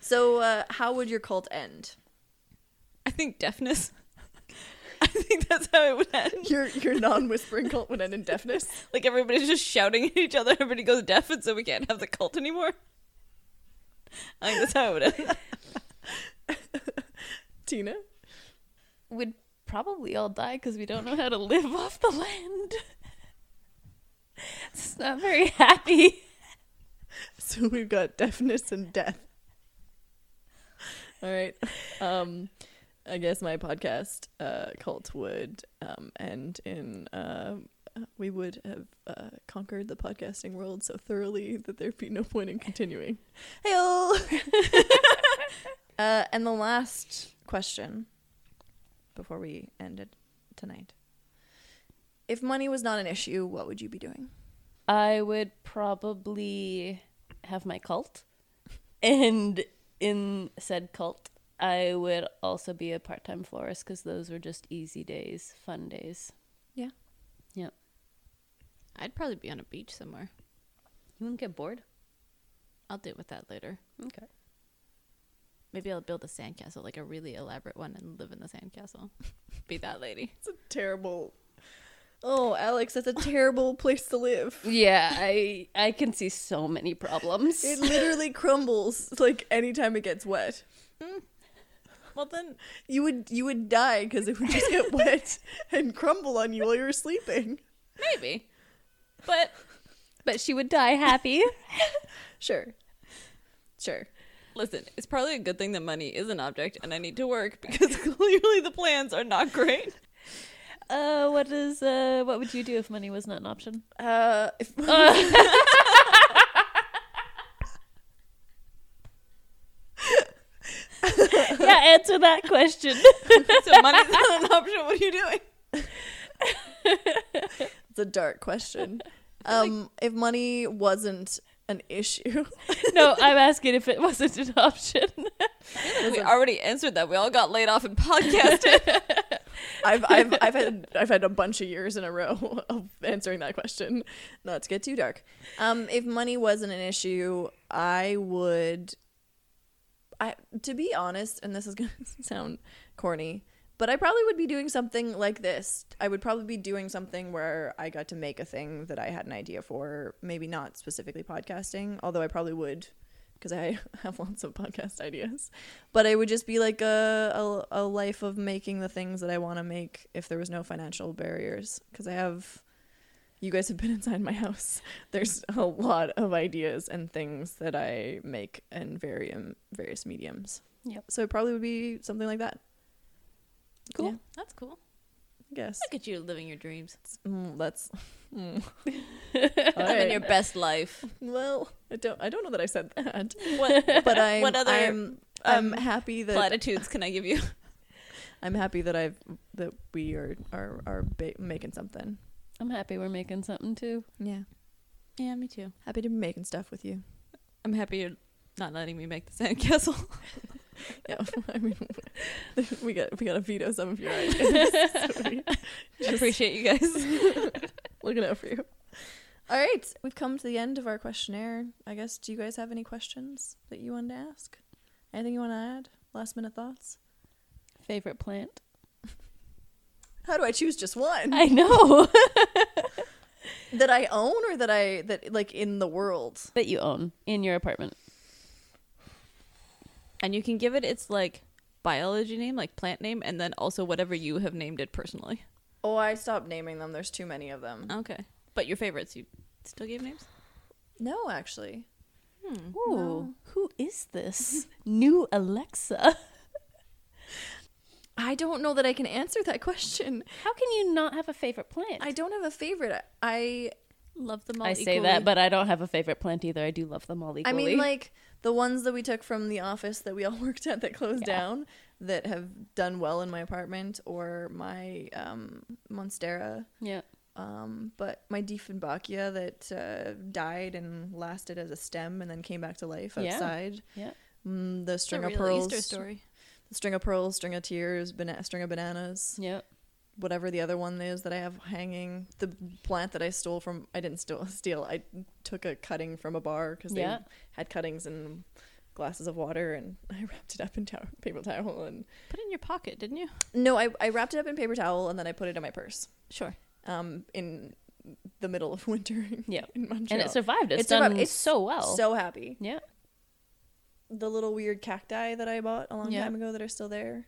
[SPEAKER 1] So, uh, how would your cult end?
[SPEAKER 3] I think deafness. I think that's how it would end.
[SPEAKER 1] Your your non-whispering cult would end in deafness.
[SPEAKER 3] Like everybody's just shouting at each other. Everybody goes deaf, and so we can't have the cult anymore. I think that's how it would end.
[SPEAKER 1] Tina,
[SPEAKER 2] We'd probably all die because we don't know how to live off the land. It's not very happy.
[SPEAKER 1] so we've got deafness and death. All right. Um, I guess my podcast uh, cult would um, end in uh, we would have uh, conquered the podcasting world so thoroughly that there'd be no point in continuing. Heyo. uh, and the last question before we ended tonight: If money was not an issue, what would you be doing?
[SPEAKER 2] I would probably have my cult. And in said cult, I would also be a part time florist because those were just easy days, fun days.
[SPEAKER 1] Yeah.
[SPEAKER 2] Yep.
[SPEAKER 3] I'd probably be on a beach somewhere.
[SPEAKER 2] You wouldn't get bored?
[SPEAKER 3] I'll deal with that later.
[SPEAKER 2] Okay.
[SPEAKER 3] Maybe I'll build a sandcastle, like a really elaborate one, and live in the sandcastle. Be that lady.
[SPEAKER 1] It's a terrible. Oh, Alex, that's a terrible place to live.
[SPEAKER 2] Yeah, I I can see so many problems.
[SPEAKER 1] It literally crumbles like anytime it gets wet.
[SPEAKER 3] Well, then
[SPEAKER 1] You would you would die because it would just get wet and crumble on you while you were sleeping.
[SPEAKER 3] maybe. But
[SPEAKER 2] but she would die happy.
[SPEAKER 1] Sure, sure.
[SPEAKER 3] listen, it's probably a good thing that money is an object, and I need to work because clearly the plans are not great.
[SPEAKER 2] Uh, what is uh, what would you do if money was not an option?
[SPEAKER 1] Uh, if,
[SPEAKER 2] yeah, answer that question.
[SPEAKER 3] So money's not an option. What are you doing?
[SPEAKER 1] it's a dark question. Um, if money wasn't an issue,
[SPEAKER 2] no, I'm asking if it wasn't an option.
[SPEAKER 3] We already answered that. We all got laid off and podcasted.
[SPEAKER 1] I've I've I've had I've had a bunch of years in a row of answering that question. Not to get too dark. Um, if money wasn't an issue, I would. I to be honest, and this is gonna sound corny, but I probably would be doing something like this. I would probably be doing something where I got to make a thing that I had an idea for. Maybe not specifically podcasting, although I probably would. Because I have lots of podcast ideas, but I would just be like a, a a life of making the things that I want to make if there was no financial barriers. Because I have, you guys have been inside my house. There's a lot of ideas and things that I make in various various mediums.
[SPEAKER 2] Yep.
[SPEAKER 1] So it probably would be something like that.
[SPEAKER 3] Cool.
[SPEAKER 1] Yeah.
[SPEAKER 3] That's cool.
[SPEAKER 1] I guess.
[SPEAKER 3] Look at you living your dreams.
[SPEAKER 1] Mm, that's. Mm. All
[SPEAKER 3] Living
[SPEAKER 1] right.
[SPEAKER 3] your best life.
[SPEAKER 1] Well, I don't. I don't know that I said that,
[SPEAKER 3] What,
[SPEAKER 1] but I'm.
[SPEAKER 3] what other
[SPEAKER 1] I'm, I'm
[SPEAKER 3] um,
[SPEAKER 1] happy that
[SPEAKER 3] platitudes can I give you?
[SPEAKER 1] I'm happy that I've that we are are are ba- making something.
[SPEAKER 2] I'm happy we're making something too.
[SPEAKER 1] Yeah.
[SPEAKER 3] Yeah, me too.
[SPEAKER 1] Happy to be making stuff with you.
[SPEAKER 3] I'm happy you're not letting me make the sandcastle.
[SPEAKER 1] Yeah, I mean, we got we got to veto some of your ideas. So we-
[SPEAKER 3] I appreciate you guys.
[SPEAKER 1] looking out for you. All right, we've come to the end of our questionnaire. I guess. Do you guys have any questions that you wanted to ask? Anything you want to add? Last minute thoughts?
[SPEAKER 2] Favorite plant?
[SPEAKER 1] How do I choose just one
[SPEAKER 2] I know
[SPEAKER 1] that I own or that I that like in the world?
[SPEAKER 2] that you own in your apartment.
[SPEAKER 3] And you can give it its like biology name, like plant name, and then also whatever you have named it personally.
[SPEAKER 1] Oh, I stopped naming them. There's too many of them.
[SPEAKER 3] Okay. But your favorites, you still gave names?
[SPEAKER 1] No, actually.
[SPEAKER 3] Hmm.
[SPEAKER 2] Ooh,
[SPEAKER 1] No.
[SPEAKER 2] who is this new Alexa?
[SPEAKER 1] I don't know that I can answer that question.
[SPEAKER 2] How can you not have a favorite plant?
[SPEAKER 1] I don't have a favorite. I
[SPEAKER 3] Love them all.
[SPEAKER 2] I say that, but I don't have a favorite plant either. I do love them all
[SPEAKER 1] I
[SPEAKER 2] equally.
[SPEAKER 1] mean like the ones that we took from the office that we all worked at that closed
[SPEAKER 2] Yeah.
[SPEAKER 1] down that have done well in my apartment or my um Monstera.
[SPEAKER 2] yeah.
[SPEAKER 1] Um, but my Diefenbachia that uh, died and lasted as a stem and then came back to life
[SPEAKER 2] Yeah.
[SPEAKER 1] outside.
[SPEAKER 2] Yeah.
[SPEAKER 1] Mm, the
[SPEAKER 3] string
[SPEAKER 1] string
[SPEAKER 3] a
[SPEAKER 1] of
[SPEAKER 3] real
[SPEAKER 1] pearls,
[SPEAKER 3] Easter story.
[SPEAKER 1] the string of pearls, string of tears, bana- string of bananas.
[SPEAKER 2] Yeah.
[SPEAKER 1] whatever the other one is that I have hanging, the plant that I stole from I didn't steal, steal I took a cutting from a bar because they
[SPEAKER 2] Yeah.
[SPEAKER 1] had cuttings and glasses of water, and I wrapped it up in tow- paper towel. And
[SPEAKER 3] Put it in your pocket, didn't you?
[SPEAKER 1] no, I I wrapped it up in paper towel and then I put it in my purse.
[SPEAKER 3] Sure.
[SPEAKER 1] Um, in the middle of winter.
[SPEAKER 2] Yeah.
[SPEAKER 1] in Montreal.
[SPEAKER 2] And it survived. It's,
[SPEAKER 1] It survived.
[SPEAKER 2] done
[SPEAKER 1] It's
[SPEAKER 2] so well.
[SPEAKER 1] So happy.
[SPEAKER 2] yeah.
[SPEAKER 1] The little weird cacti that I bought a long
[SPEAKER 3] Yeah.
[SPEAKER 1] time ago that are still there.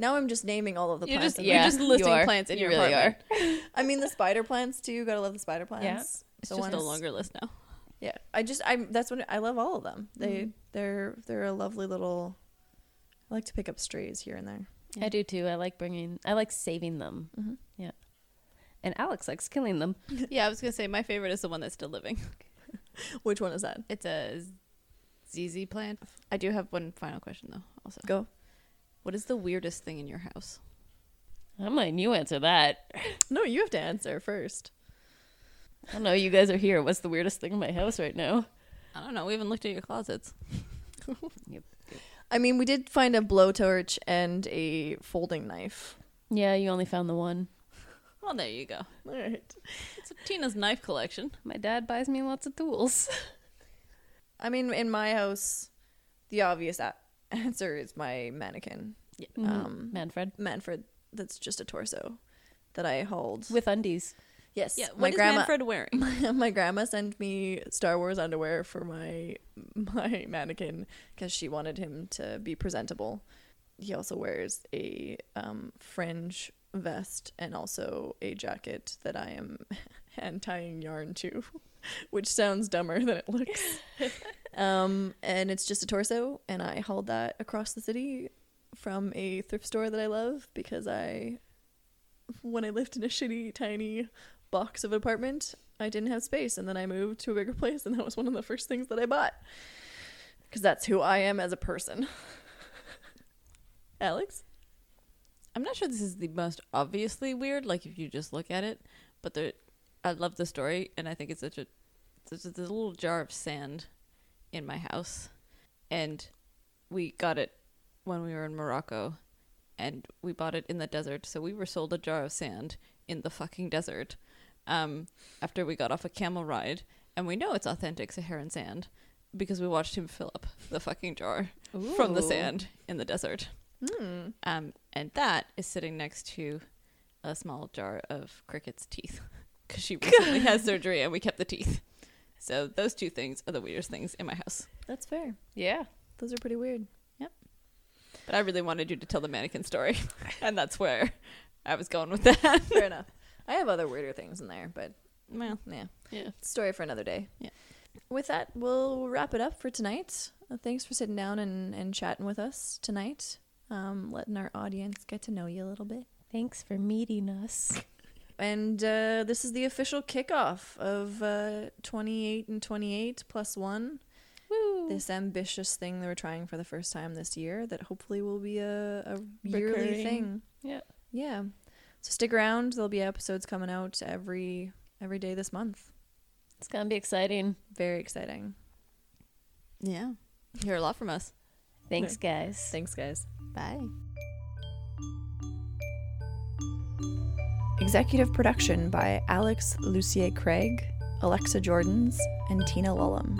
[SPEAKER 1] Now I'm just naming all of the
[SPEAKER 3] You're
[SPEAKER 1] plants.
[SPEAKER 3] just-
[SPEAKER 1] in my
[SPEAKER 3] you're
[SPEAKER 2] yeah.
[SPEAKER 3] just listing
[SPEAKER 2] you are.
[SPEAKER 3] plants in
[SPEAKER 2] you
[SPEAKER 3] your
[SPEAKER 2] really
[SPEAKER 3] apartment.
[SPEAKER 2] are.
[SPEAKER 1] I mean the spider plants too. Gotta love the spider plants.
[SPEAKER 3] It's
[SPEAKER 1] The
[SPEAKER 3] just no
[SPEAKER 1] ones-
[SPEAKER 3] longer list now.
[SPEAKER 1] Yeah, I just I that's what I love all of them. They
[SPEAKER 3] Mm-hmm.
[SPEAKER 1] they're they're a lovely little. I like to pick up strays here and there.
[SPEAKER 2] I do too. I like bringing. I like saving them.
[SPEAKER 1] Mhm.
[SPEAKER 2] Yeah. And Alex likes killing them.
[SPEAKER 3] yeah, I was gonna say my favorite is the one that's still living.
[SPEAKER 1] Which one is that?
[SPEAKER 3] It's a ZZ plant. I do have one final question though. Also,
[SPEAKER 1] Go.
[SPEAKER 3] What is the weirdest thing in your house?
[SPEAKER 2] I'm letting you answer that.
[SPEAKER 1] No, you have to answer first.
[SPEAKER 2] I don't know. You guys are here. What's the weirdest thing in my house right now?
[SPEAKER 3] I don't know. We haven't looked at your closets.
[SPEAKER 1] I mean, we did find a blowtorch and a folding knife.
[SPEAKER 2] Yeah, you only found the one.
[SPEAKER 3] Well, there you go.
[SPEAKER 1] All right.
[SPEAKER 3] It's Tina's knife collection.
[SPEAKER 2] My dad buys me lots of tools.
[SPEAKER 1] I mean, in my house, the obvious a- answer is my mannequin, Um,
[SPEAKER 2] Um, Manfred
[SPEAKER 1] Manfred. That's just a torso that I hold.
[SPEAKER 2] with undies.
[SPEAKER 1] yes,
[SPEAKER 3] Yeah, what
[SPEAKER 1] my
[SPEAKER 3] is
[SPEAKER 1] grandma.
[SPEAKER 3] Manfred wearing?
[SPEAKER 1] my grandma sent me Star Wars underwear for my my mannequin because she wanted him to be presentable. He also wears a um, fringe vest and also a jacket that I am hand tying yarn to, which sounds dumber than it looks. um, and it's just a torso, and I hauled that across the city from a thrift store that I love because I, when I lived in a shitty tiny box of an apartment, I didn't have space, and then I moved to a bigger place, and that was one of the first things that I bought. Because that's who I am as a person. Alex?
[SPEAKER 3] I'm not sure this is the most obviously weird. Like if you just look at it, but there, I love the story, and I think it's such a there's a, there's a little jar of sand in my house, and we got it when we were in Morocco, and we bought it in the desert. So we were sold a jar of sand in the fucking desert, um, after we got off a camel ride, and we know it's authentic Saharan sand because we watched him fill up the fucking jar from the
[SPEAKER 2] Ooh.
[SPEAKER 3] sand in the desert.
[SPEAKER 1] Hmm.
[SPEAKER 3] Um, and that is sitting next to a small jar of Cricket's teeth because she recently had surgery and we kept the teeth. So those two things are the weirdest things in my house.
[SPEAKER 1] That's fair.
[SPEAKER 2] Yeah.
[SPEAKER 1] Those are pretty weird.
[SPEAKER 3] But I really wanted you to tell the mannequin story, and that's where I was going with that.
[SPEAKER 1] Fair enough. I have other weirder things in there, but
[SPEAKER 3] Well,
[SPEAKER 1] yeah.
[SPEAKER 2] Yeah.
[SPEAKER 1] Story for another day.
[SPEAKER 3] Yeah.
[SPEAKER 1] With that, we'll wrap it up for tonight. Uh, Thanks for sitting down and, and chatting with us tonight, um, letting our audience get to know you a little bit.
[SPEAKER 2] Thanks for meeting us.
[SPEAKER 1] and uh, this is the official kickoff of uh, 28 and 28 plus one
[SPEAKER 2] Woo.
[SPEAKER 1] this ambitious thing that we're trying for the first time this year that hopefully will be a, a yearly
[SPEAKER 2] Recurring.
[SPEAKER 1] thing
[SPEAKER 2] Yeah.
[SPEAKER 1] yeah so stick around there'll be episodes coming out every every day this month
[SPEAKER 2] It's gonna be exciting.
[SPEAKER 1] very exciting
[SPEAKER 3] yeah, you hear a lot from us.
[SPEAKER 2] Thanks, guys.
[SPEAKER 1] thanks guys
[SPEAKER 3] Bye.
[SPEAKER 1] Executive production by Alex Lucier Craig, Alexa Jordans, and Tina Lullum.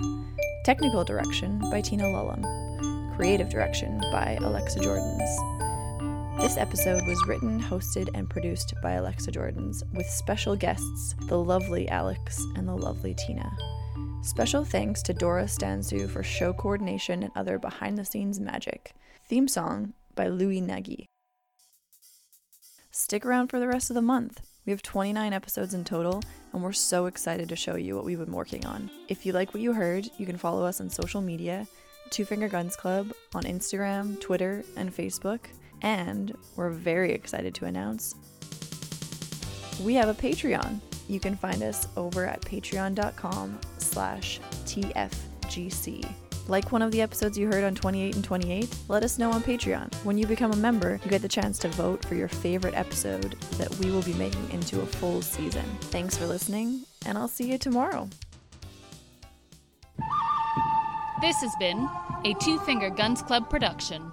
[SPEAKER 1] Technical direction by Tina Lullum. Creative direction by Alexa Jordans. This episode was written, hosted, and produced by Alexa Jordans, with special guests, the lovely Alex and the lovely Tina. Special thanks to Dora Stanzu for show coordination and other behind the scenes magic. Theme song by Louis Nagy. stick around for the rest of the month. We have 29 episodes in total, and we're so excited to show you what we've been working on. If you like what you heard, you can follow us on social media Two Finger Guns Club on Instagram, Twitter, and Facebook. And we're very excited to announce we have a Patreon. You can find us over at patreon.com slash TFGC. Like one of the episodes you heard on 28 and 28, let us know on Patreon. When you become a member, you get the chance to vote for your favorite episode that we will be making into a full season. Thanks for listening, and I'll see you tomorrow.
[SPEAKER 4] This has been a Two Finger Guns Club production.